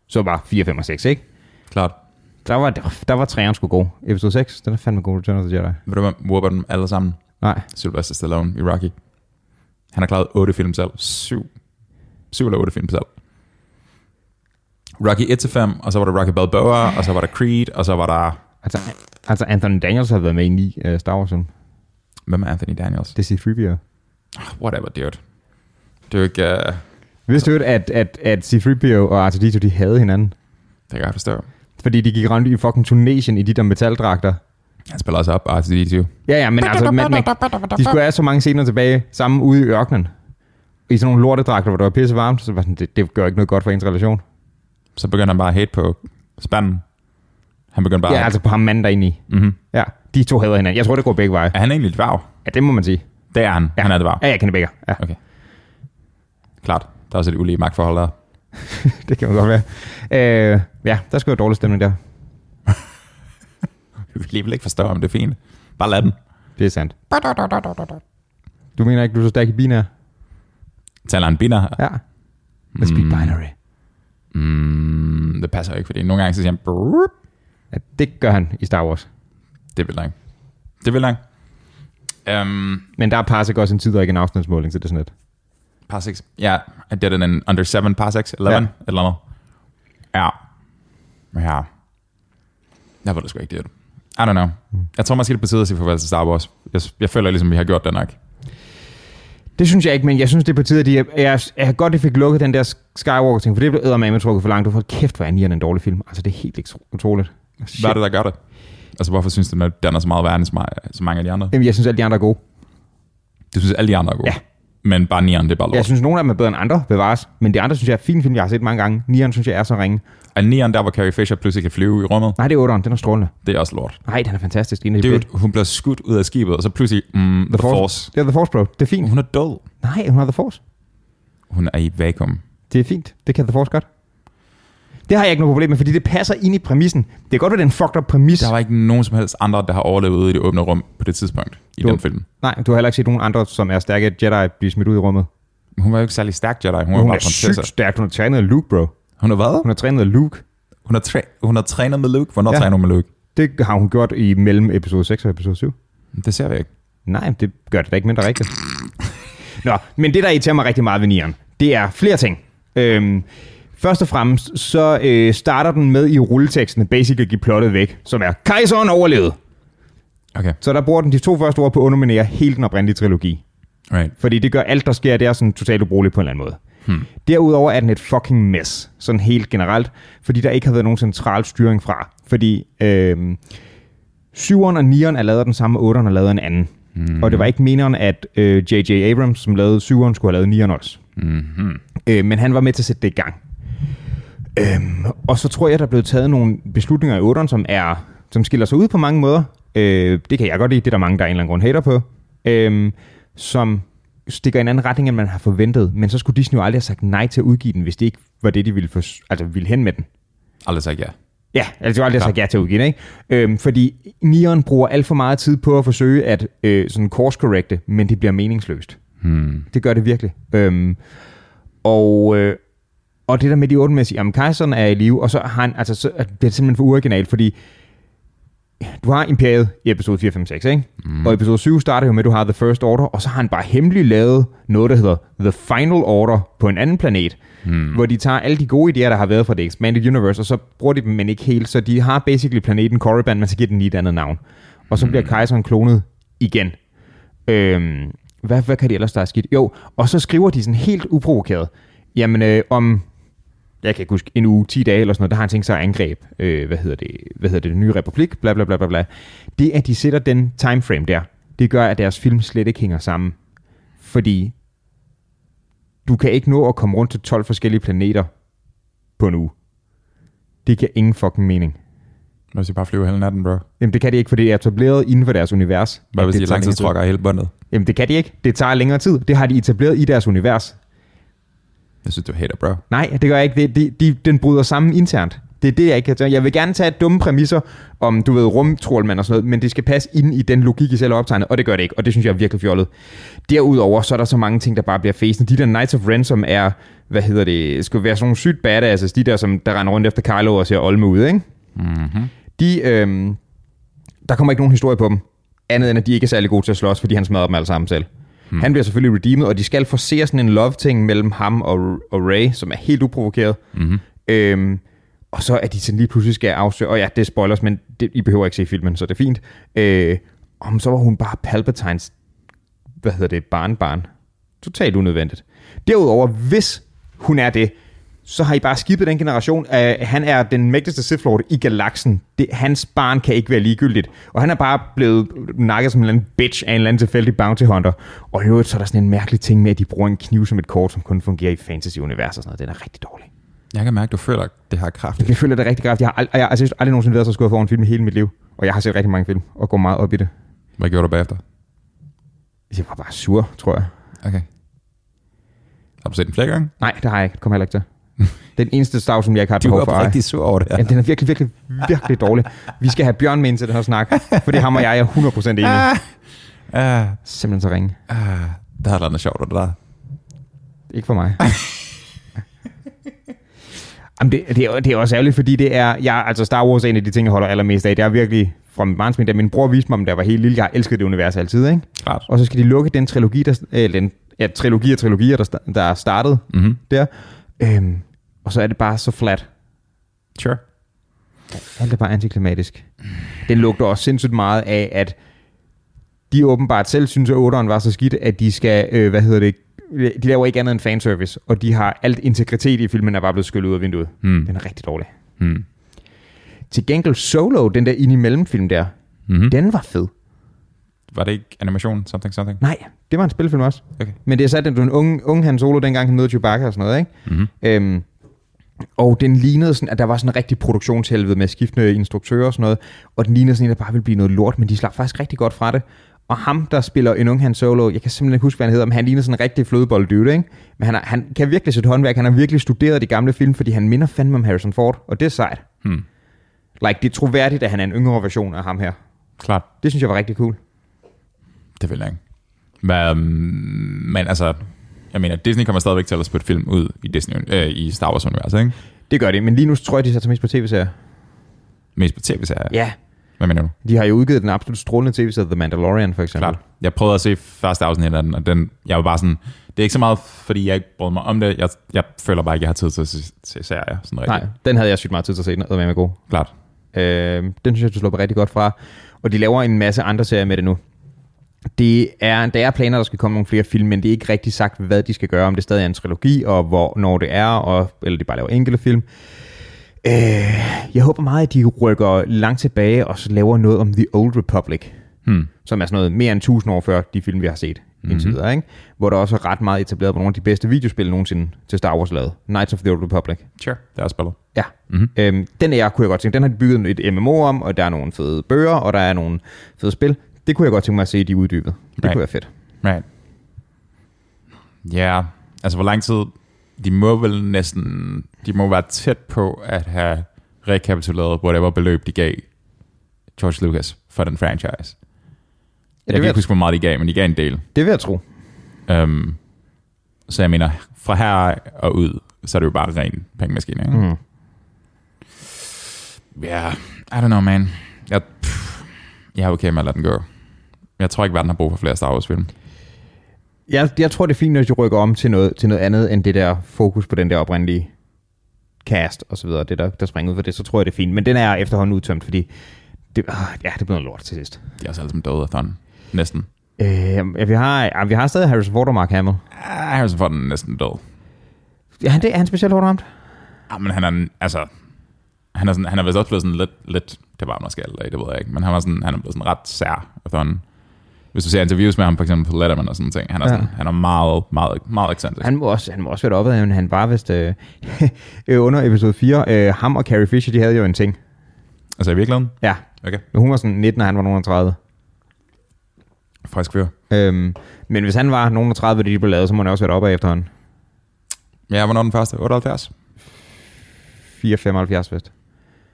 så var 4, 5 og 6, ikke? Klart. Der var, der, var- der var træerne sgu god. Episode 6, den er fandme god, Return of the Jedi. Ved du, hvem whopper dem alle sammen? Nej, Sylvester Stallone i Rocky. Han har klaret otte film selv. Syv. Syv eller otte film selv. Rocky 1-5, og så var der Rocky Balboa, og så var der Creed, og så var der... altså, altså Anthony Daniels har været med i 9 uh, Star Wars film. Hvem er Anthony Daniels? Det er C-3PO. Whatever, dude. Det er jo ikke... Uh, Vidste du, ikke, at, at, at C-3PO og R2-D2, de havde hinanden? det kan jeg godt forstå. Fordi de gik rundt i fucking Tunesien i de der metaldragter. Han spiller også op, R2-D2. Ja, ja, men altså, man, man, de skulle have så mange scener tilbage sammen ude i ørkenen. I sådan nogle lortedragter, hvor det var pisse varmt, så var sådan, det, det gør ikke noget godt for ens relation. Så begynder han bare at hate på spanden. Han begynder bare... Ja, altså på ham manden derinde i. mm-hmm. Ja, de to hader hinanden. Jeg tror, det går begge veje. Er han egentlig et varv? Ja, det må man sige. Det er han. Ja. Han er et varv. Ja, jeg kender begge. Ja, Klart. Der er også et ulige magtforhold der. det kan man godt være. Øh, ja, der skulle være dårlig stemning der. Jeg kan alligevel ikke forstå, om det er fint. Bare lad dem. Det er sandt. Du mener ikke, du er så stærk i binær? Taler han biner? Ja. Let's be binary. Mm, det passer ikke, fordi nogle gange så siger han... "Brup." Ja, det gør han i Star Wars. Det vil langt. Det vil langt. Um, Men der er Parsec også en tid og ikke en afstandsmåling, så det er sådan lidt. parsecs. Ja, I did it in under 7 parsecs. 11 Ja. ja. eller noget. Ja. Ja. Jeg ved det sgu ikke, det I don't know. Jeg tror, man skal på tide at sige farvel til Star Wars. Jeg, jeg føler ligesom, vi har gjort det nok. Det synes jeg ikke, men jeg synes, det er på tide, at de, jeg, jeg, jeg er godt, at de fik lukket den der Skywalker-ting, for det blev eddermame trukket for langt. Du får kæft, hvor er nieren en dårlig film. Altså, det er helt utro- utroligt. Hvad er det, der gør det? Altså, hvorfor synes du, at den er så meget værre end så meget- så mange af de andre? Jamen, jeg synes, alle de andre er gode. Du synes, alle de andre er gode? Ja. Men bare nieren, det er bare lort. Jeg synes, nogle af dem er bedre end andre, bevares. Men de andre synes jeg er fine film, jeg har set mange gange. Nieren synes jeg er så ringe. Er nieren der, hvor Carrie Fisher pludselig kan flyve i rummet? Nej, det er otteren, den er strålende. Det er også lort. Nej, den er fantastisk. En af de bedste. Dude, hun bliver skudt ud af skibet, og så pludselig... Mm, the, force. force. Mhm. Det er The Force, bro. Det er fint. Hun er død. Nej, hun har The Force. Hun er i vakuum. Det er fint. Det kan The Force godt. Det har jeg ikke noget problem med, fordi det passer ind i præmissen. Det kan godt være, det er en fucked up præmis. Der var ikke nogen som helst andre, der har overlevet ude i det åbne rum på det tidspunkt i Du- den film. Nej, du har heller ikke set nogen andre, som er stærke Jedi, blive smidt ud i rummet. Hun var jo ikke særlig stærk Jedi, hun, hun var Hun bare er prinsesse. sygt stærk. Hun har trænet af Luke, bro. Hun har hvad? Hun har trænet af Luke. Hun har, træ- hun har trænet med Luke. Hvornår ja. Ja. træner hun med Luke? Det har hun gjort i mellem episode 6 og episode 7. Det ser vi ikke. Nej, men det gør det da ikke mindre rigtigt. Nå, men det, der irriterer mig rigtig meget ved nieren, det er flere ting. Øhm, først og fremmest, så øh, starter den med i rulleteksten, basic at give plottet væk, som er, kejseren overlevede. Okay, Så der bruger den de to første ord på at underminere hele den oprindelige trilogi. right. Fordi det gør alt, der sker, det er sådan totalt ubrugeligt på en eller anden måde. Hmm. Derudover er den et fucking mess, sådan helt generelt, fordi der ikke har været nogen central styring fra. Fordi øhm, 7'eren og 9'eren er lavet af den samme, 8'eren er lavet af en anden. Hmm. Og det var ikke meneren, at øh, J.J. Abrams, som lavede 7'eren, skulle have lavet 9'eren også. Hmm. Øh, men han var med til at sætte det i gang. Øhm, og så tror jeg, der er blevet taget nogle beslutninger i 8'eren, som, er, som skiller sig ud på mange måder. Øh, det kan jeg godt lide, det er der mange, der er en eller anden grund hater på. Øhm, som stikker i en anden retning, end man har forventet. Men så skulle Disney jo aldrig have sagt nej til at udgive den, hvis det ikke var det, de ville, for, altså, ville hen med den. Aldrig sagt ja. Ja, altså det var aldrig Ja. sagt ja til at udgive den, ikke? Øhm, fordi Nieren bruger alt for meget tid på at forsøge at øh, sådan course correcte, men det bliver meningsløst. Hmm. Det gør det virkelig. Øhm, og, øh, og det der med de otte jamen kejseren er i live, og så har han, altså så, er det er simpelthen for uoriginalt, fordi du har Imperiet i episode 4, 5, 6, ikke? Mm. Og episode 7 starter jo med, at du har The First Order, og så har han bare hemmeligt lavet noget, der hedder The Final Order på en anden planet, mm. hvor de tager alle de gode idéer, der har været fra det Expanded Universe, og så bruger de dem, men ikke helt. Så de har basically planeten Korriban, men så giver den lige et andet navn. Og så bliver kejseren klonet igen. Øhm, hvad, hvad kan de ellers, der er skidt? Jo, og så skriver de sådan helt uprovokeret, jamen øh, om, jeg kan ikke huske, en uge, 10 dage eller sådan noget, der har han tænkt sig at angribe, øh, hvad hedder det, hvad hedder det, den nye republik, bla bla bla bla bla. Det, at de sætter den timeframe der, det gør, at deres film slet ikke hænger sammen. Fordi du kan ikke nå at komme rundt til 12 forskellige planeter på en uge. Det giver ingen fucking mening. Hvis jeg bare flyver hele natten, bro. Jamen det kan de ikke, for det er etableret inden for deres univers. Hvad at hvis det de tager længere tid. langtidstråkker hele båndet? Jamen det kan de ikke. Det tager længere tid. Det har de etableret i deres univers. Jeg synes, du hater, bro. Nej, det gør jeg ikke. Det, det, de, den bryder sammen internt. Det er det, jeg ikke kan tage. Jeg vil gerne tage dumme præmisser om, du ved, rumtrollmand og sådan noget, men det skal passe ind i den logik, I selv har optegnet, og det gør det ikke, og det synes jeg er virkelig fjollet. Derudover, så er der så mange ting, der bare bliver fæsende. De der Knights of Ren, som er, hvad hedder det, skulle være sådan nogle sygt badasses, de der, som der render rundt efter Kylo og ser olme ud, ikke? Mm-hmm. De, øhm, der kommer ikke nogen historie på dem, andet end at de ikke er særlig gode til at slås, fordi han smadrer dem alle sammen selv. Hmm. Han bliver selvfølgelig redeemet, og de skal forse sådan en love-ting mellem ham og, og Ray, som er helt uprovokeret. Mm-hmm. Øhm, og så er de sådan lige pludselig skal afsøge, og ja, det er spoilers, men det, I behøver ikke se filmen, så det er fint. Øh, om så var hun bare Palpatines, hvad hedder det, barnbarn. Totalt unødvendigt. Derudover, hvis hun er det, så har I bare skibet den generation. Af, han er den mægtigste Sith Lord i galaksen. Det, hans barn kan ikke være ligegyldigt. Og han er bare blevet nakket som en eller anden bitch af en eller anden tilfældig bounty hunter. Og i øvrigt, så er der sådan en mærkelig ting med, at de bruger en kniv som et kort, som kun fungerer i fantasy-universet og sådan noget. Den er rigtig dårlig. Jeg kan mærke, du føler det her kraft. Jeg føler det rigtig kraftigt. Jeg har ald- og jeg har altså, aldrig nogensinde været så skuffet over en film i hele mit liv. Og jeg har set rigtig mange film, og går meget op i det. Hvad gjorde du bagefter? Jeg var bare sur, tror jeg. Okay. Har du set den flere gange? Nej, det har jeg ikke. Det kommer jeg heller ikke til. Den eneste stav, som jeg ikke har et behov for. at eje. sur over det Ja, den er virkelig, virkelig, virkelig dårlig. Vi skal have Bjørn med ind til den her snak, for det ham og jeg er 100% enige. Ah, Simpelthen så ringe. ah, der er et eller andet sjovt over det der. Ikke for mig. Jamen, det, det, er, det er også ærgerligt, fordi det er... Jeg, altså, Star Wars er en af de ting, jeg holder allermest af. Det er virkelig fra min barnsben, da min bror viste mig, dem, da jeg var helt lille. Jeg har elsket det univers altid, ikke? Klart. Og så skal de lukke den trilogi, der, øh, den, ja, trilogi og trilogier, der, sta- der er startet Mm-hmm. der. Øhm, og så er det bare så flat. Sure. Alt er bare antiklimatisk. Den lugter også sindssygt meget af, at de åbenbart selv synes, at 8'eren var så skidt, at de skal, øh, hvad hedder det, de laver ikke andet end fanservice, og de har alt integritet i filmen er bare blevet skyllet ud af vinduet. Mm. Den er rigtig dårlig. Mm. Til gengæld Solo, den der ind i mellemfilm der, Mm-hmm. den var fed. Var det ikke animation? Something, something? Nej, det var en spilfilm også. Okay. Men det er sat, at du er en unge, unge Han Solo, dengang han mødte Chewbacca og sådan noget, ikke? Mm-hmm. Øhm, og den lignede sådan, at der var sådan en rigtig produktionshelvede med skiftende instruktører og sådan noget, og den lignede sådan en, der bare ville blive noget lort, men de slap faktisk rigtig godt fra det. Og ham, der spiller en ung Han Solo, jeg kan simpelthen ikke huske, hvad han hedder, men han ligner sådan en rigtig flødebolddyvde, ikke? Men han, er, han kan virkelig sit håndværk, han har virkelig studeret de gamle film, fordi han minder fandme om Harrison Ford, og det er sejt. Hmm. Like, det er troværdigt, at han er en yngre version af ham her. Klart. Det synes jeg var rigtig cool. Det vil jeg ikke. Men, øhm, men altså, Jeg mener, Disney kommer stadigvæk til at spytte film ud i, Disney, øh, i Star Wars-universet, ikke? Det gør det, men lige nu tror jeg, de satser mest på tv-serier. Mest på tv-serier. Ja. Hvad mener du? De har jo udgivet den absolut strålende tv-serie The Mandalorian, for eksempel. Klart. Jeg prøvede at se første afsnit af den, og den, jeg var bare sådan, det er ikke så meget, fordi jeg ikke brød mig om det. Jeg, jeg føler bare ikke, jeg har tid til at se, se serier. Sådan rigtigt. Nej, den havde jeg sygt meget tid til at se, den er med god. Klart. Øh, den synes jeg, du slår rigtig godt fra. Og de laver en masse andre serier med det nu. Det er, der er planer, der skal komme nogle flere film, men det er ikke rigtig sagt, hvad de skal gøre, om det stadig er en trilogi, og hvor, når det er, og, eller de bare laver enkelte film. Øh, jeg håber meget, at de rykker langt tilbage, og så laver noget om The Old Republic, Hmm. som er sådan noget mere end 1000 år før de film, vi har set mm-hmm. indtil videre, ikke? hvor der også er ret meget etableret på nogle af de bedste videospil nogensinde til Star Wars lavet. Knights of the Old Republic. Sure. Det er også spillet. Ja. Mhm. Mm-hmm. Øhm, den er jeg kunne jeg godt tænke. Den har de bygget et MMO om, og der er nogle fede bøger, og der er nogle fede spil. Det kunne jeg godt tænke mig at se, de uddybet. Det Right. kunne være fedt. Right. Ja, yeah. altså hvor lang tid, de må vel næsten, de må være tæt på at have rekapituleret whatever beløb de gav George Lucas for den franchise. Ja, Ja, jeg det, kan vil ikke jeg, huske, hvor meget de gav, men de gav en del. det vil jeg tro. Um, så jeg mener, fra her og ud, så er det jo bare ren pengemaskine. Ikke? Mm. Ja, mm. yeah, I don't know, man. Jeg, pff, jeg er okay med at lade den gå. Jeg tror ikke, verden har brug for flere Star Wars-film. Jeg, jeg tror, det er fint, når de rykker om til noget, til noget andet, end det der fokus på den der oprindelige cast og så videre, det der, der springer ud for det, så tror jeg, det er fint. Men den er efterhånden udtømt, fordi det, øh, ja, det blev noget lort til sidst. De er også alle sammen døde af Thon. Næsten. Øh, ja, vi, har, ja, vi har stadig Harrison Ford og Mark Hamill. Ah, Harrison Ford er næsten død. Er han, det, er han specielt hårdt ramt? Ah, men han er, altså, han er, sådan, han er vist også blevet sådan lidt, lidt det var måske aldrig, det ved jeg ikke, men han, var sådan, han er blevet sådan ret sær efterhånden. Hvis du ser interviews med ham, for eksempel på Letterman og sådan ting, han er, Ja. sådan, han er meget, meget, meget ekscentrisk. Han må også, han må også være oppe, han var vist øh, øh, under episode 4. Øh, ham og Carrie Fisher, de havde jo en ting. Altså i virkeligheden, Ja, okay, men hun var sådan 19, og han var nogen af 30. frisk fyr. Øhm, men hvis han var nogen af 30, da de blev lavet, så må han også være oppe efterhånden. Ja, hvornår den første? 78? 4,75 vist.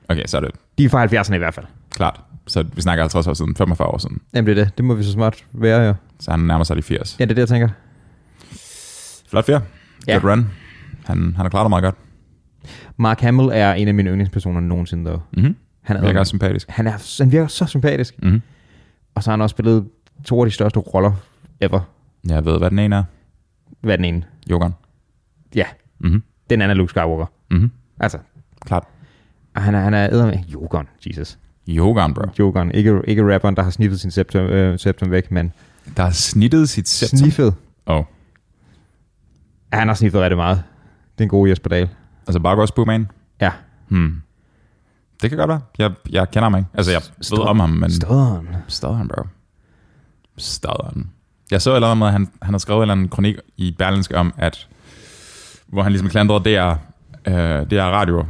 Okay, så er det De er fra 70'erne i hvert fald. klart. Så vi snakker 50 år siden, 45 år siden. Jamen det er det. Det må vi så smart være, jo. Så han nærmer sig de 80. Ja, det er det, jeg tænker. Flot fyr. Ja. Good run. Han, han har klaret det meget godt. Mark Hamill er en af mine yndlingspersoner nogensinde, dog. Mm-hmm. Han Han virker er, også sympatisk. han, er, han virker så sympatisk. Mm-hmm. Og så har han også spillet to af de største roller ever. Jeg ved, hvad den ene er. Hvad er den ene? Jokeren. Ja, Mm-hmm. den anden er Luke Skywalker. Mm-hmm. Altså, Klart. Og han er, han er eddermed... Jokeren, Jesus. Jokeren, bro. Jokeren. Ikke, ikke rapperen, der har sniffet sin septum, øh, septum væk, men Der har snittet sit septum. sniffet. Åh, oh. Ja, han har sniffet rigtig meget. Det er en god Jesper Dahl. altså bare også man. Ja. Hmm. Det kan godt være. Jeg, jeg kender ham ikke. Altså, jeg ved om ham, men... Stoderen. Stoderen, bro. Stoderen. Jeg så et eller andet med, at han, han har skrevet en eller anden kronik i Berlinsk om, at... Hvor han ligesom klandrede DR, øh, DR Radio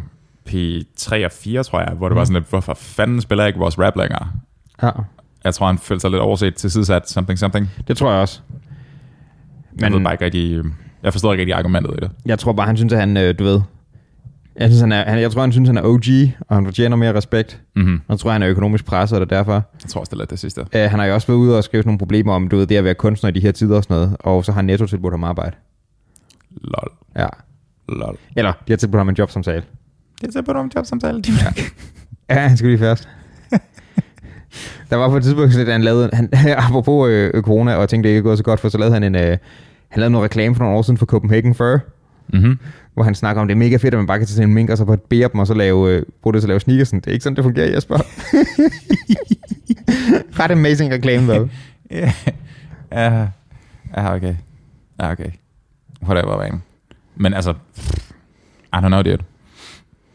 P3 og 4, tror jeg, hvor det var sådan lidt, hvorfor fanden spiller jeg ikke vores rap længere? Ja, Jeg tror, han følte sig lidt overset til sidesat something something. det tror jeg også. Men, jeg ved Men bare ikke rigtig... Jeg forstår ikke rigtig argumentet i det. jeg tror bare, han synes, at han, øh, du ved... Jeg, synes, han er, han, jeg tror, han synes, han er OG, og han fortjener mere respekt. Mm-hmm. Og jeg tror, han er økonomisk presset, og det er derfor. Jeg tror også, det er lidt det sidste. Øh, han har jo også været ude og skrive sådan nogle problemer om, du ved, det at være kunstner i de her tider og sådan noget. Og så har Netto tilbudt ham arbejde. Lol. Ja. Lol. Eller, de har tilbudt ham en jobsamtale. Det er så på nogle jobsamtale. De ja. Ja, han skal lige først. der var på et tidspunkt sådan, lidt, at han lavede, han, apropos øh, øh, corona, og jeg tænkte, det ikke er gået så godt, for så lavede han en, øh, han lavede noget reklame for nogle år siden for Copenhagen Fur, Mm-hmm. hvor han snakker om, det er mega fedt, at man bare kan tage sådan en mink, og så på et bære dem, og så lave, øh, bruge det til at lave sneakers. Det er ikke sådan, det fungerer, Jesper. Ret amazing reklame, dog. Ja, yeah. uh, okay. Ja, okay. Whatever, man. Men altså, I don't know, dude.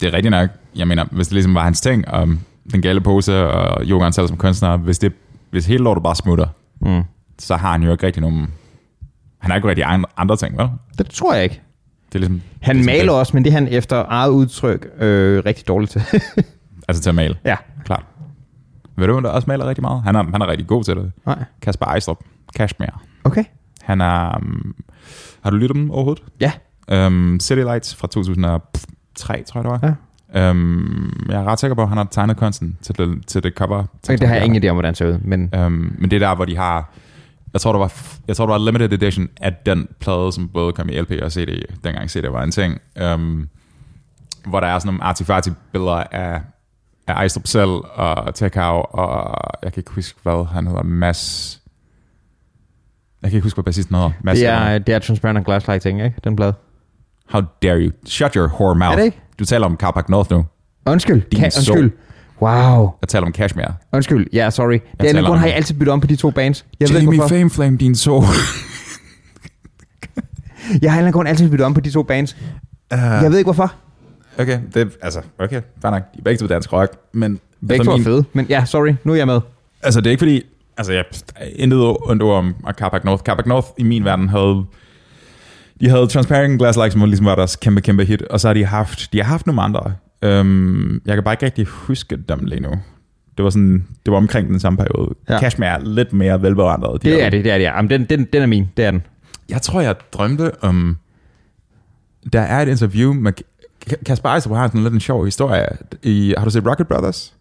Det er rigtigt nok. Jeg mener, hvis det ligesom var hans ting, om den gale pose og yogaen selv som kunstner, hvis, det, hvis hele lortet bare smutter, Mm. så har han jo ikke rigtig nogen... Han har ikke rigtig andre, andre ting, vel? Det tror jeg ikke. Det er ligesom... det Han er ligesom maler det. også, men det er han efter eget udtryk øh, rigtig dårligt til. Altså til at male, ja. klart. Ved du, hvem der også maler rigtig meget? Han er, han er rigtig god til det. Nej. Kasper Ejstrup. Kashmir. Okay. Han er... Um, har du lyttet dem overhovedet? Ja. Um, City Lights fra 2003, tror jeg det var. Ja. Um, jeg er ret sikker på, at han har tegnet kunsten til det, til det cover. Øhm, Okay, det har jeg ingen idé om, hvordan det ser ud, men Um, men det er der, hvor de har Jeg tror, der var, jeg tror, der var limited edition af den plade, som både kom i LP og CD, dengang CD var en ting, øhm, hvor der er sådan nogle artifakti billeder af, af Ejstrup selv og Tekau, og jeg kan ikke huske, hvad han hedder, Mads... Jeg kan ikke huske, hvad bassisten hedder. Mads Det er, det er Transparent and Glass Lighting, ikke? Den plade. How dare you? Shut your whore mouth. Er det ikke? Du taler om Carpac North nu. Undskyld. Din Ka- sorg. undskyld. Wow. Jeg taler om Kashmir. Undskyld. Ja, yeah, sorry. Det er taler en grund, om- har jeg altid byttet om på de to bands. Jeg ved ikke, Jamie hvorfor. Fameflame, din så. Jeg har af en eller anden grund altid byttet om på de to bands. Øh, Jeg ved ikke, hvorfor. altså Okay, det, altså, okay, fair nok. De er begge to dansk rock, men... Begge for to er min- fede, men ja, sorry. Nu er jeg med. Altså, det er ikke fordi... Altså, jeg intet ondt ord om Carpac North. Carpac North i min verden havde... De havde Transparent Glass Like, som ligesom var deres kæmpe, kæmpe hit, og så har de haft, de har haft nogle andre. Øhm, jeg kan bare ikke rigtig huske dem lige nu. Det var, sådan, det var omkring den samme periode. Ja. Ja. Kashmir er lidt mere velbevandret. De Det der- er det, det er det. ja. Jamen, den, den, den er min. Det er den. Jeg tror, jeg drømte om... Der er et interview med... Ka- Kasper Ejstrup har sådan lidt en sjov historie. I, har du set Rocket Brothers?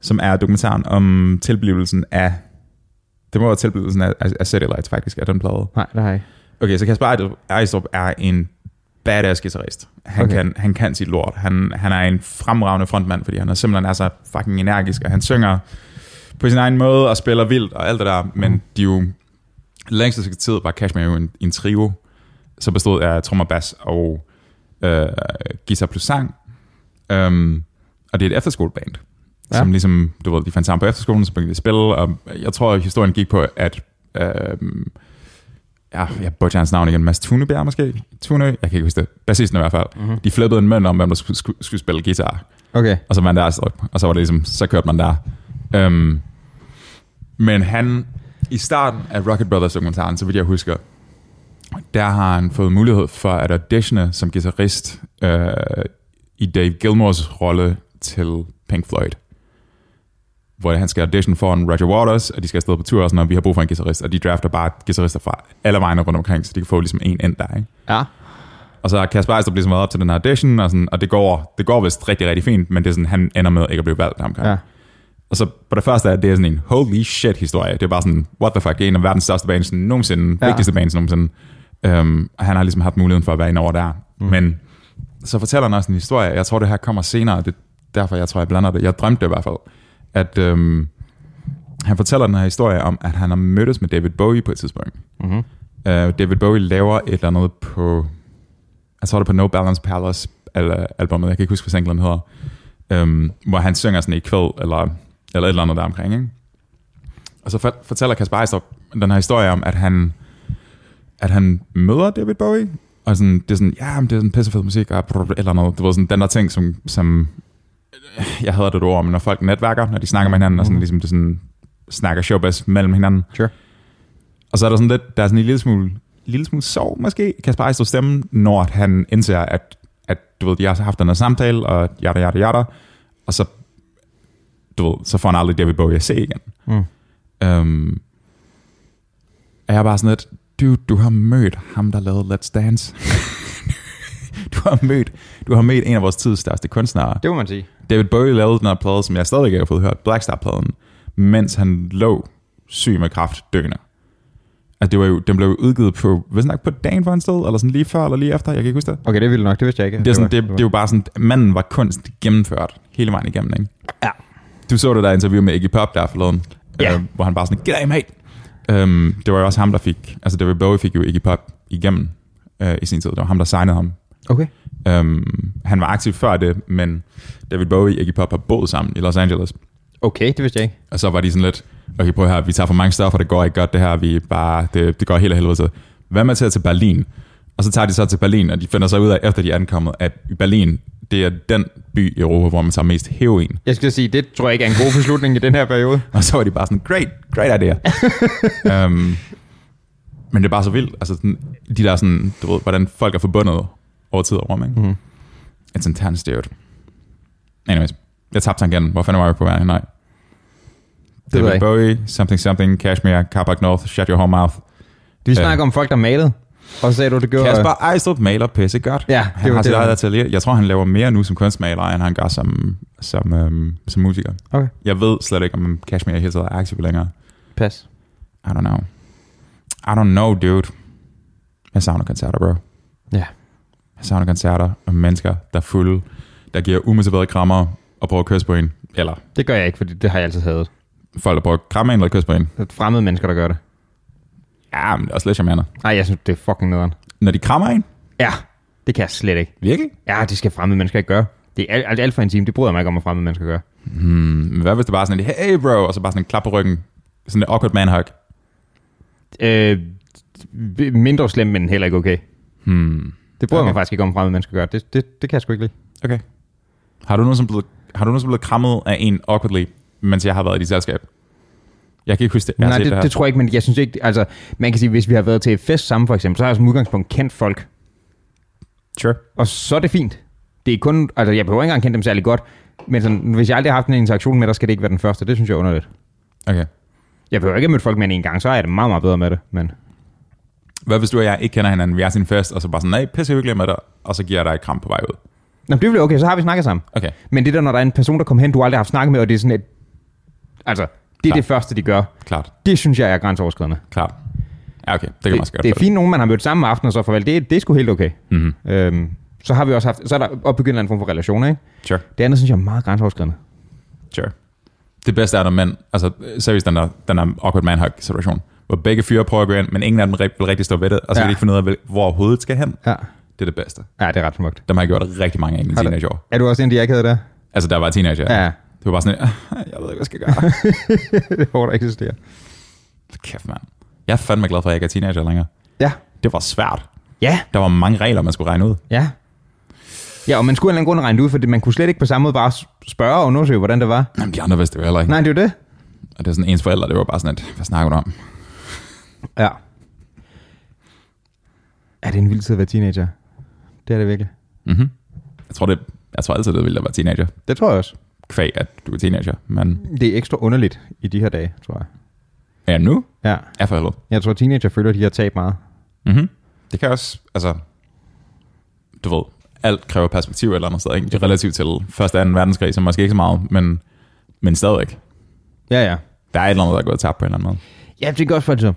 Som er dokumentaren om tilblivelsen af... Det må være tilblivelsen af, af, af Satellites, faktisk, af den plade. Nej, det har jeg ikke. Okay, så Kasper Ejstrup- Ejstrup er en badass guitarist. Han, Okay. okay. kan, han kan sit lort. Han, han er en fremragende frontmand, fordi han er simpelthen er så fucking energisk, og han synger på sin egen måde og spiller vildt og alt det der. Men mm. de er jo længst af sin tid var Cashmere jo en, en trio, som bestod af trommer, bass og øh, guitar plus sang. Um, og det er et efterskoleband, Ja. ja. som ligesom, du ved, de fandt sammen på efterskolen, så begyndte de at spille, og jeg tror, at historien gik på, at øh, ja, jeg butcher hans navn igen, Mads Tunebjerg måske? Tune, jeg kan ikke huske det. Bassisten i hvert fald. Mm-hmm. De flippede en mønt om, hvem der skulle, skulle, skulle spille guitar. Okay. Og så var man der, Astrup. og så var det ligesom, så kørte man der. Øhm, men han, i starten af Rocket Brothers dokumentaren, så vidt jeg husker, der har han fået mulighed for at auditione som guitarist øh, i Dave Gilmores rolle til Pink Floyd. Hvor han skal audition for en Roger Waters, og de skal afsted på tur og sådan noget, og vi har brug for en guitarist, og de drafter bare guitarister fra alle vegne rundt omkring, så de kan få ligesom en ind der, ikke? Ja. Og så har Kasper Ejstrup ligesom været op til den her audition, og, sådan, og det, går, det går vist rigtig, rigtig fint, men det er sådan, han ender med ikke at blive valgt den omgang. Ja. Ja. Og så på det første er det er sådan en holy shit historie. Det er bare sådan, what the fuck, det er en af verdens største bands nogensinde, Ja. ja. vigtigste bands nogensinde. Øhm, og han har ligesom haft muligheden for at være inde over der. Mm. Men så fortæller han også en historie, jeg tror det her kommer senere, det er derfor jeg tror jeg blander det. Jeg drømte det i hvert fald, at øhm, han fortæller den her historie om, at han har mødtes med David Bowie på et tidspunkt. Mm-hmm. Uh, David Bowie laver et eller andet på, jeg tror det er på No Balance Palace al- albumet, jeg kan ikke huske, hvad singlen hedder, um, hvor han synger sådan i kvæld, eller, eller et eller andet der omkring, ikke? Og så for, fortæller Kasper Ejstrup den her historie om, at han, at han møder David Bowie, og sådan, det er sådan, ja, men det er sådan pissefed musik, og brr, et eller andet, det var sådan den der ting, som, som jeg hader det ord, men når folk netværker, når de snakker med hinanden, og sådan, ligesom det sådan, snakker showbiz mellem hinanden, Mm. Sure. og så er der sådan lidt, der er sådan en lille smule, lille smule sorg måske, Kasper Ejstrup stemme, når at han indser, at, at du ved, de har haft den her samtale, og yada, yada, yada, og så, du ved, så får han aldrig David Bowie at se igen. Mm. Øhm, og jeg er bare sådan lidt, du, du har mødt ham, der lavede Let's Dance. du har mødt, du har mødt en af vores tids største kunstnere. Det må man sige. David Bowie lavede den her plade, som jeg stadig ikke har fået hørt, Blackstar-pladen, mens han lå syg med kraft døende. Altså, det var jo, den blev jo udgivet på, hvis nok på dagen for en sted, eller sådan lige før, eller lige efter, jeg kan ikke huske det. Okay, det er vildt nok. Det vidste jeg ikke. Det er, sådan, var- det, det er jo bare sådan, manden var kunst gennemført hele vejen igennem, ikke? Ja. Du så det der interview med Iggy Pop der forleden, Ja. øh, hvor han bare sådan, get af, mate! Øhm, det var jo også ham, der fik, altså David Bowie fik jo Iggy Pop igennem øh, i sin tid. Det var ham, der signede ham Okay. Øhm, han var aktiv før det, men David Bowie og Iggy Pop har boet sammen i Los Angeles. Okay, det vidste jeg ikke. Og så var de sådan lidt, okay, prøv her, vi tager for mange stoffer, det går ikke godt det her, vi er bare, det, det går helt af helvede til. Hvad med at tage til Berlin? Og så tager de så til Berlin, og de finder så ud af, efter de er ankommet, at Berlin, det er den by i Europa, hvor man tager mest heroin. Jeg skal sige, det tror jeg ikke er en god beslutning i den her periode. Og så var de bare sådan, great, great idea. um, men det er bare så vildt, altså sådan, de der sådan, du ved, hvordan folk er forbundet over tid og rum, ikke? Mhm. Mm. It's intense, dude. Anyways, jeg tabte tangenten. Hvor fanden var jeg på vej? Nej. ved jeg David ikke. Bowie, Something Something, Kashmir, Carpac North, Shut Your Home Mouth. Vi Ja. snakker om folk, der malede. Og så sagde du, det gjorde... Kasper Ejstrup maler pisse godt. Ja, det han var har sit det. eget atelier. Jeg tror, han laver mere nu som kunstmaler, end han gør som, som, øhm, som musiker. Okay. Jeg ved slet ikke, om Kashmir i hele taget er aktiv længere. Pas. I don't know. I don't know, dude. Jeg savner koncerter, bro. Ja. Jeg savner koncerter og mennesker, der er fulde, der giver umotiverede krammer og prøver at kysse på en. Eller Det gør jeg ikke, for det har jeg altid hadet. folk, der prøver at kramme en eller kysse på en. Det er fremmede mennesker, der gør det. Ja, men det er også lidt charmerende. Nej, jeg synes, det er fucking nederen. Når de krammer en, Ja, det kan jeg slet ikke. virkelig? Ja, det skal fremmede mennesker ikke gøre. Det er alt, alt, alt for en time. Det bryder jeg mig ikke om, at fremmede mennesker gør. Men hvad hvis det bare er sådan en, hey bro, og så bare sådan en klap på ryggen. Sådan en awkward man hug. Øh, mindre slem, men heller ikke okay. Hmm. Det bryder okay. Okay. mig faktisk ikke om, at fremmede mennesker gør. Det, det, det kan jeg sgu ikke lide. Okay. Har du nogensinde blevet, har du nogensinde blevet krammet af en awkwardly, mens jeg har været i dit selskab? Jeg kan ikke huske det. Jeg har Nej, set det, her. det, det, tror jeg ikke, men jeg synes ikke... Altså, man kan sige, hvis vi har været til et fest sammen for eksempel, så har jeg som udgangspunkt kendt folk. Sure. Og så er det fint. Det er kun... Altså, jeg behøver ikke engang kende dem særlig godt. Men sådan, hvis jeg aldrig har haft en interaktion med dig, skal det ikke være den første. Det synes jeg er underligt. Okay. Jeg behøver ikke at møde folk med en gang, så er jeg det meget, meget bedre med det. Men Hvad hvis du og jeg ikke kender hinanden, vi er til en fest, og så bare sådan, nej, pisse hyggeligt med dig, og så giver jeg dig et kram på vej ud. Nå, men det bliver okay, så har vi snakket sammen. Okay. Men det der, når der er en person, der kommer hen, du aldrig har haft snakket med, og det er sådan et... Altså, det er Klar. det første, de gør. Klart, Det synes jeg er grænseoverskridende. klart. Ja, okay, det kan man også Det, godt det er forstå. fint, nogen man har mødt samme aften og så farvel. Det, det er sgu helt okay. Mm-hmm. Øhm, så har vi også haft... Så er der opbygget en eller anden form for relation, ikke? Sure, Det andet, synes jeg, er meget grænseoverskridende. sure. Det bedste er, når mænd, altså seriøst den der, den der awkward man hug situation, hvor begge fyre prøver at gå ind, men ingen af dem rig- vil rigtig stå ved det, og så Ja. kan de ikke finde ud af, hvil- hvor hovedet skal hen. Ja. Det er det bedste. Ja, det er ret smukt. Dem har jeg gjort rigtig mange af i mine Har du- teenageår. Er du også en, de ikke havde der? Altså, der var jeg teenager. Ja, ja. Det var bare sådan, jeg ved ikke, hvad jeg skal gøre. det er hårdt at eksistere. Kæft, mand. Jeg er fandme glad for, at jeg ikke er teenager længere. Ja. Det var svært. Ja, Der var mange regler, man skulle regne ud. ja. Ja, og man skulle af en eller anden grund regne det ud, for det- man kunne slet ikke på samme måde bare s- spørge og undersøge, hvordan det var. Jamen, de andre vidste det jo heller ikke. Nej, det er jo det. Og det var sådan, ens forældre, det var bare sådan, at, hvad snakker du om? Ja. Er det en vild tid at være teenager? Det er det virkelig. Mm-hmm. Jeg tror, det, jeg tror altid, det ville at være teenager. Det tror jeg også. Kvæg, at du er teenager. Men Det er ekstra underligt i de her dage, tror jeg. er jeg nu? Ja. Er for helvede. Jeg tror, teenager føler, at de har tabt meget. Mm-hmm. Det kan også, altså, du ved, alt kræver perspektiv et eller andet sted, ikke? Det er relativt til første og anden verdenskrig, som måske ikke så meget, men, men stadigvæk. Ja, ja. Der er et eller andet, der er gået tabt på en eller anden måde. Ja, det gør også for det så.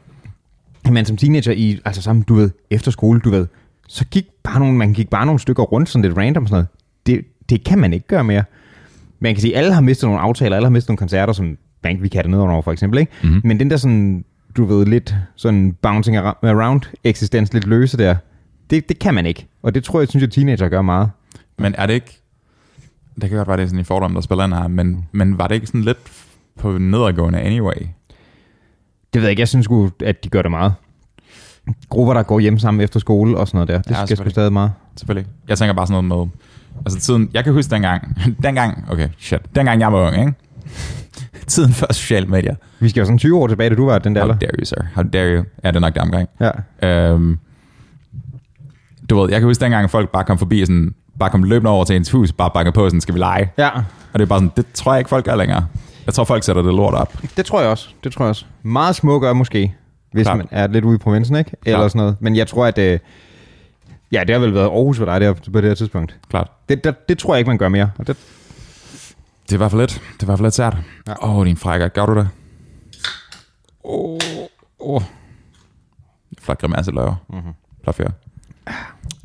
Men som teenager i, altså sammen, du ved, efter skole, du ved, så gik bare nogle, man gik bare nogle stykker rundt, sådan lidt random sådan noget. Det, det kan man ikke gøre mere. Man kan sige, alle har mistet nogle aftaler, alle har mistet nogle koncerter, som Bank vi kan ned over for eksempel, ikke? Mhm. Mm-hmm. Men den der sådan, du ved, lidt sådan bouncing ar- around eksistens, lidt løse der, det, det kan man ikke. Og det tror jeg, synes jeg, teenager gør meget. Men er det ikke... Det kan godt være, det er sådan en fordom, der spiller ind her, men, men var det ikke sådan lidt på nedadgående anyway? Det ved jeg ikke, jeg synes sgu, at de gør det meget. Grupper, der går hjem sammen efter skole og sådan noget der, det Ja, ja, skal sgu selvfølgelig. stadig meget. Selvfølgelig. Jeg tænker bare sådan noget med... Altså tiden... Jeg kan huske dengang... dengang... Okay, shit. Dengang jeg var ung, ikke? tiden før sociale medier. Vi skal jo sådan 20 år tilbage, da du var den der, How eller? dare you, sir. How dare you. Ja, det er nok det omgang. Ja. Øhm, du ved, jeg kan huske dengang, at folk bare kom forbi og sådan... Bare kom løbende over til ens hus, bare banker på, sådan, skal vi lege? Ja, Og det er bare sådan, det tror jeg ikke, folk gør længere. Jeg tror, folk sætter det lort op. det tror jeg også. Det tror jeg også. Meget smukkere måske, hvis Klart. Klart. man er lidt ude i provinsen, ikke? Eller Klart. sådan noget. Men jeg tror, at... Øh, ja, det har vel været Aarhus for dig der, på det her tidspunkt. Klart. Det, det, det tror jeg ikke, man gør mere. Og det, Det er i hvert fald lidt. Det er i hvert fald lidt sært. Åh, Ja. ja. oh, din frækker. Gør du det? Åh, oh, oh. Flot grimasse laver. Mm-hmm. Flot fyr.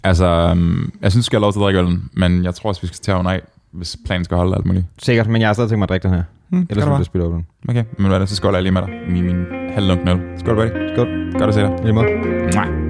Altså, øhm, jeg synes, du skal have lov til at drikke øllen, men jeg tror også, vi skal tage under af, hvis planen skal holde og alt muligt. sikkert, men jeg har stadig tænkt mig at drikke den her. Hmm, Ellers kan vil du det spille op den. bare. Okay, men hvad er det? Så skåler jeg lige med dig. Min, min halvlunkne øl. Skål, buddy. Skål. Godt at se dig. Lige måde. Mwah.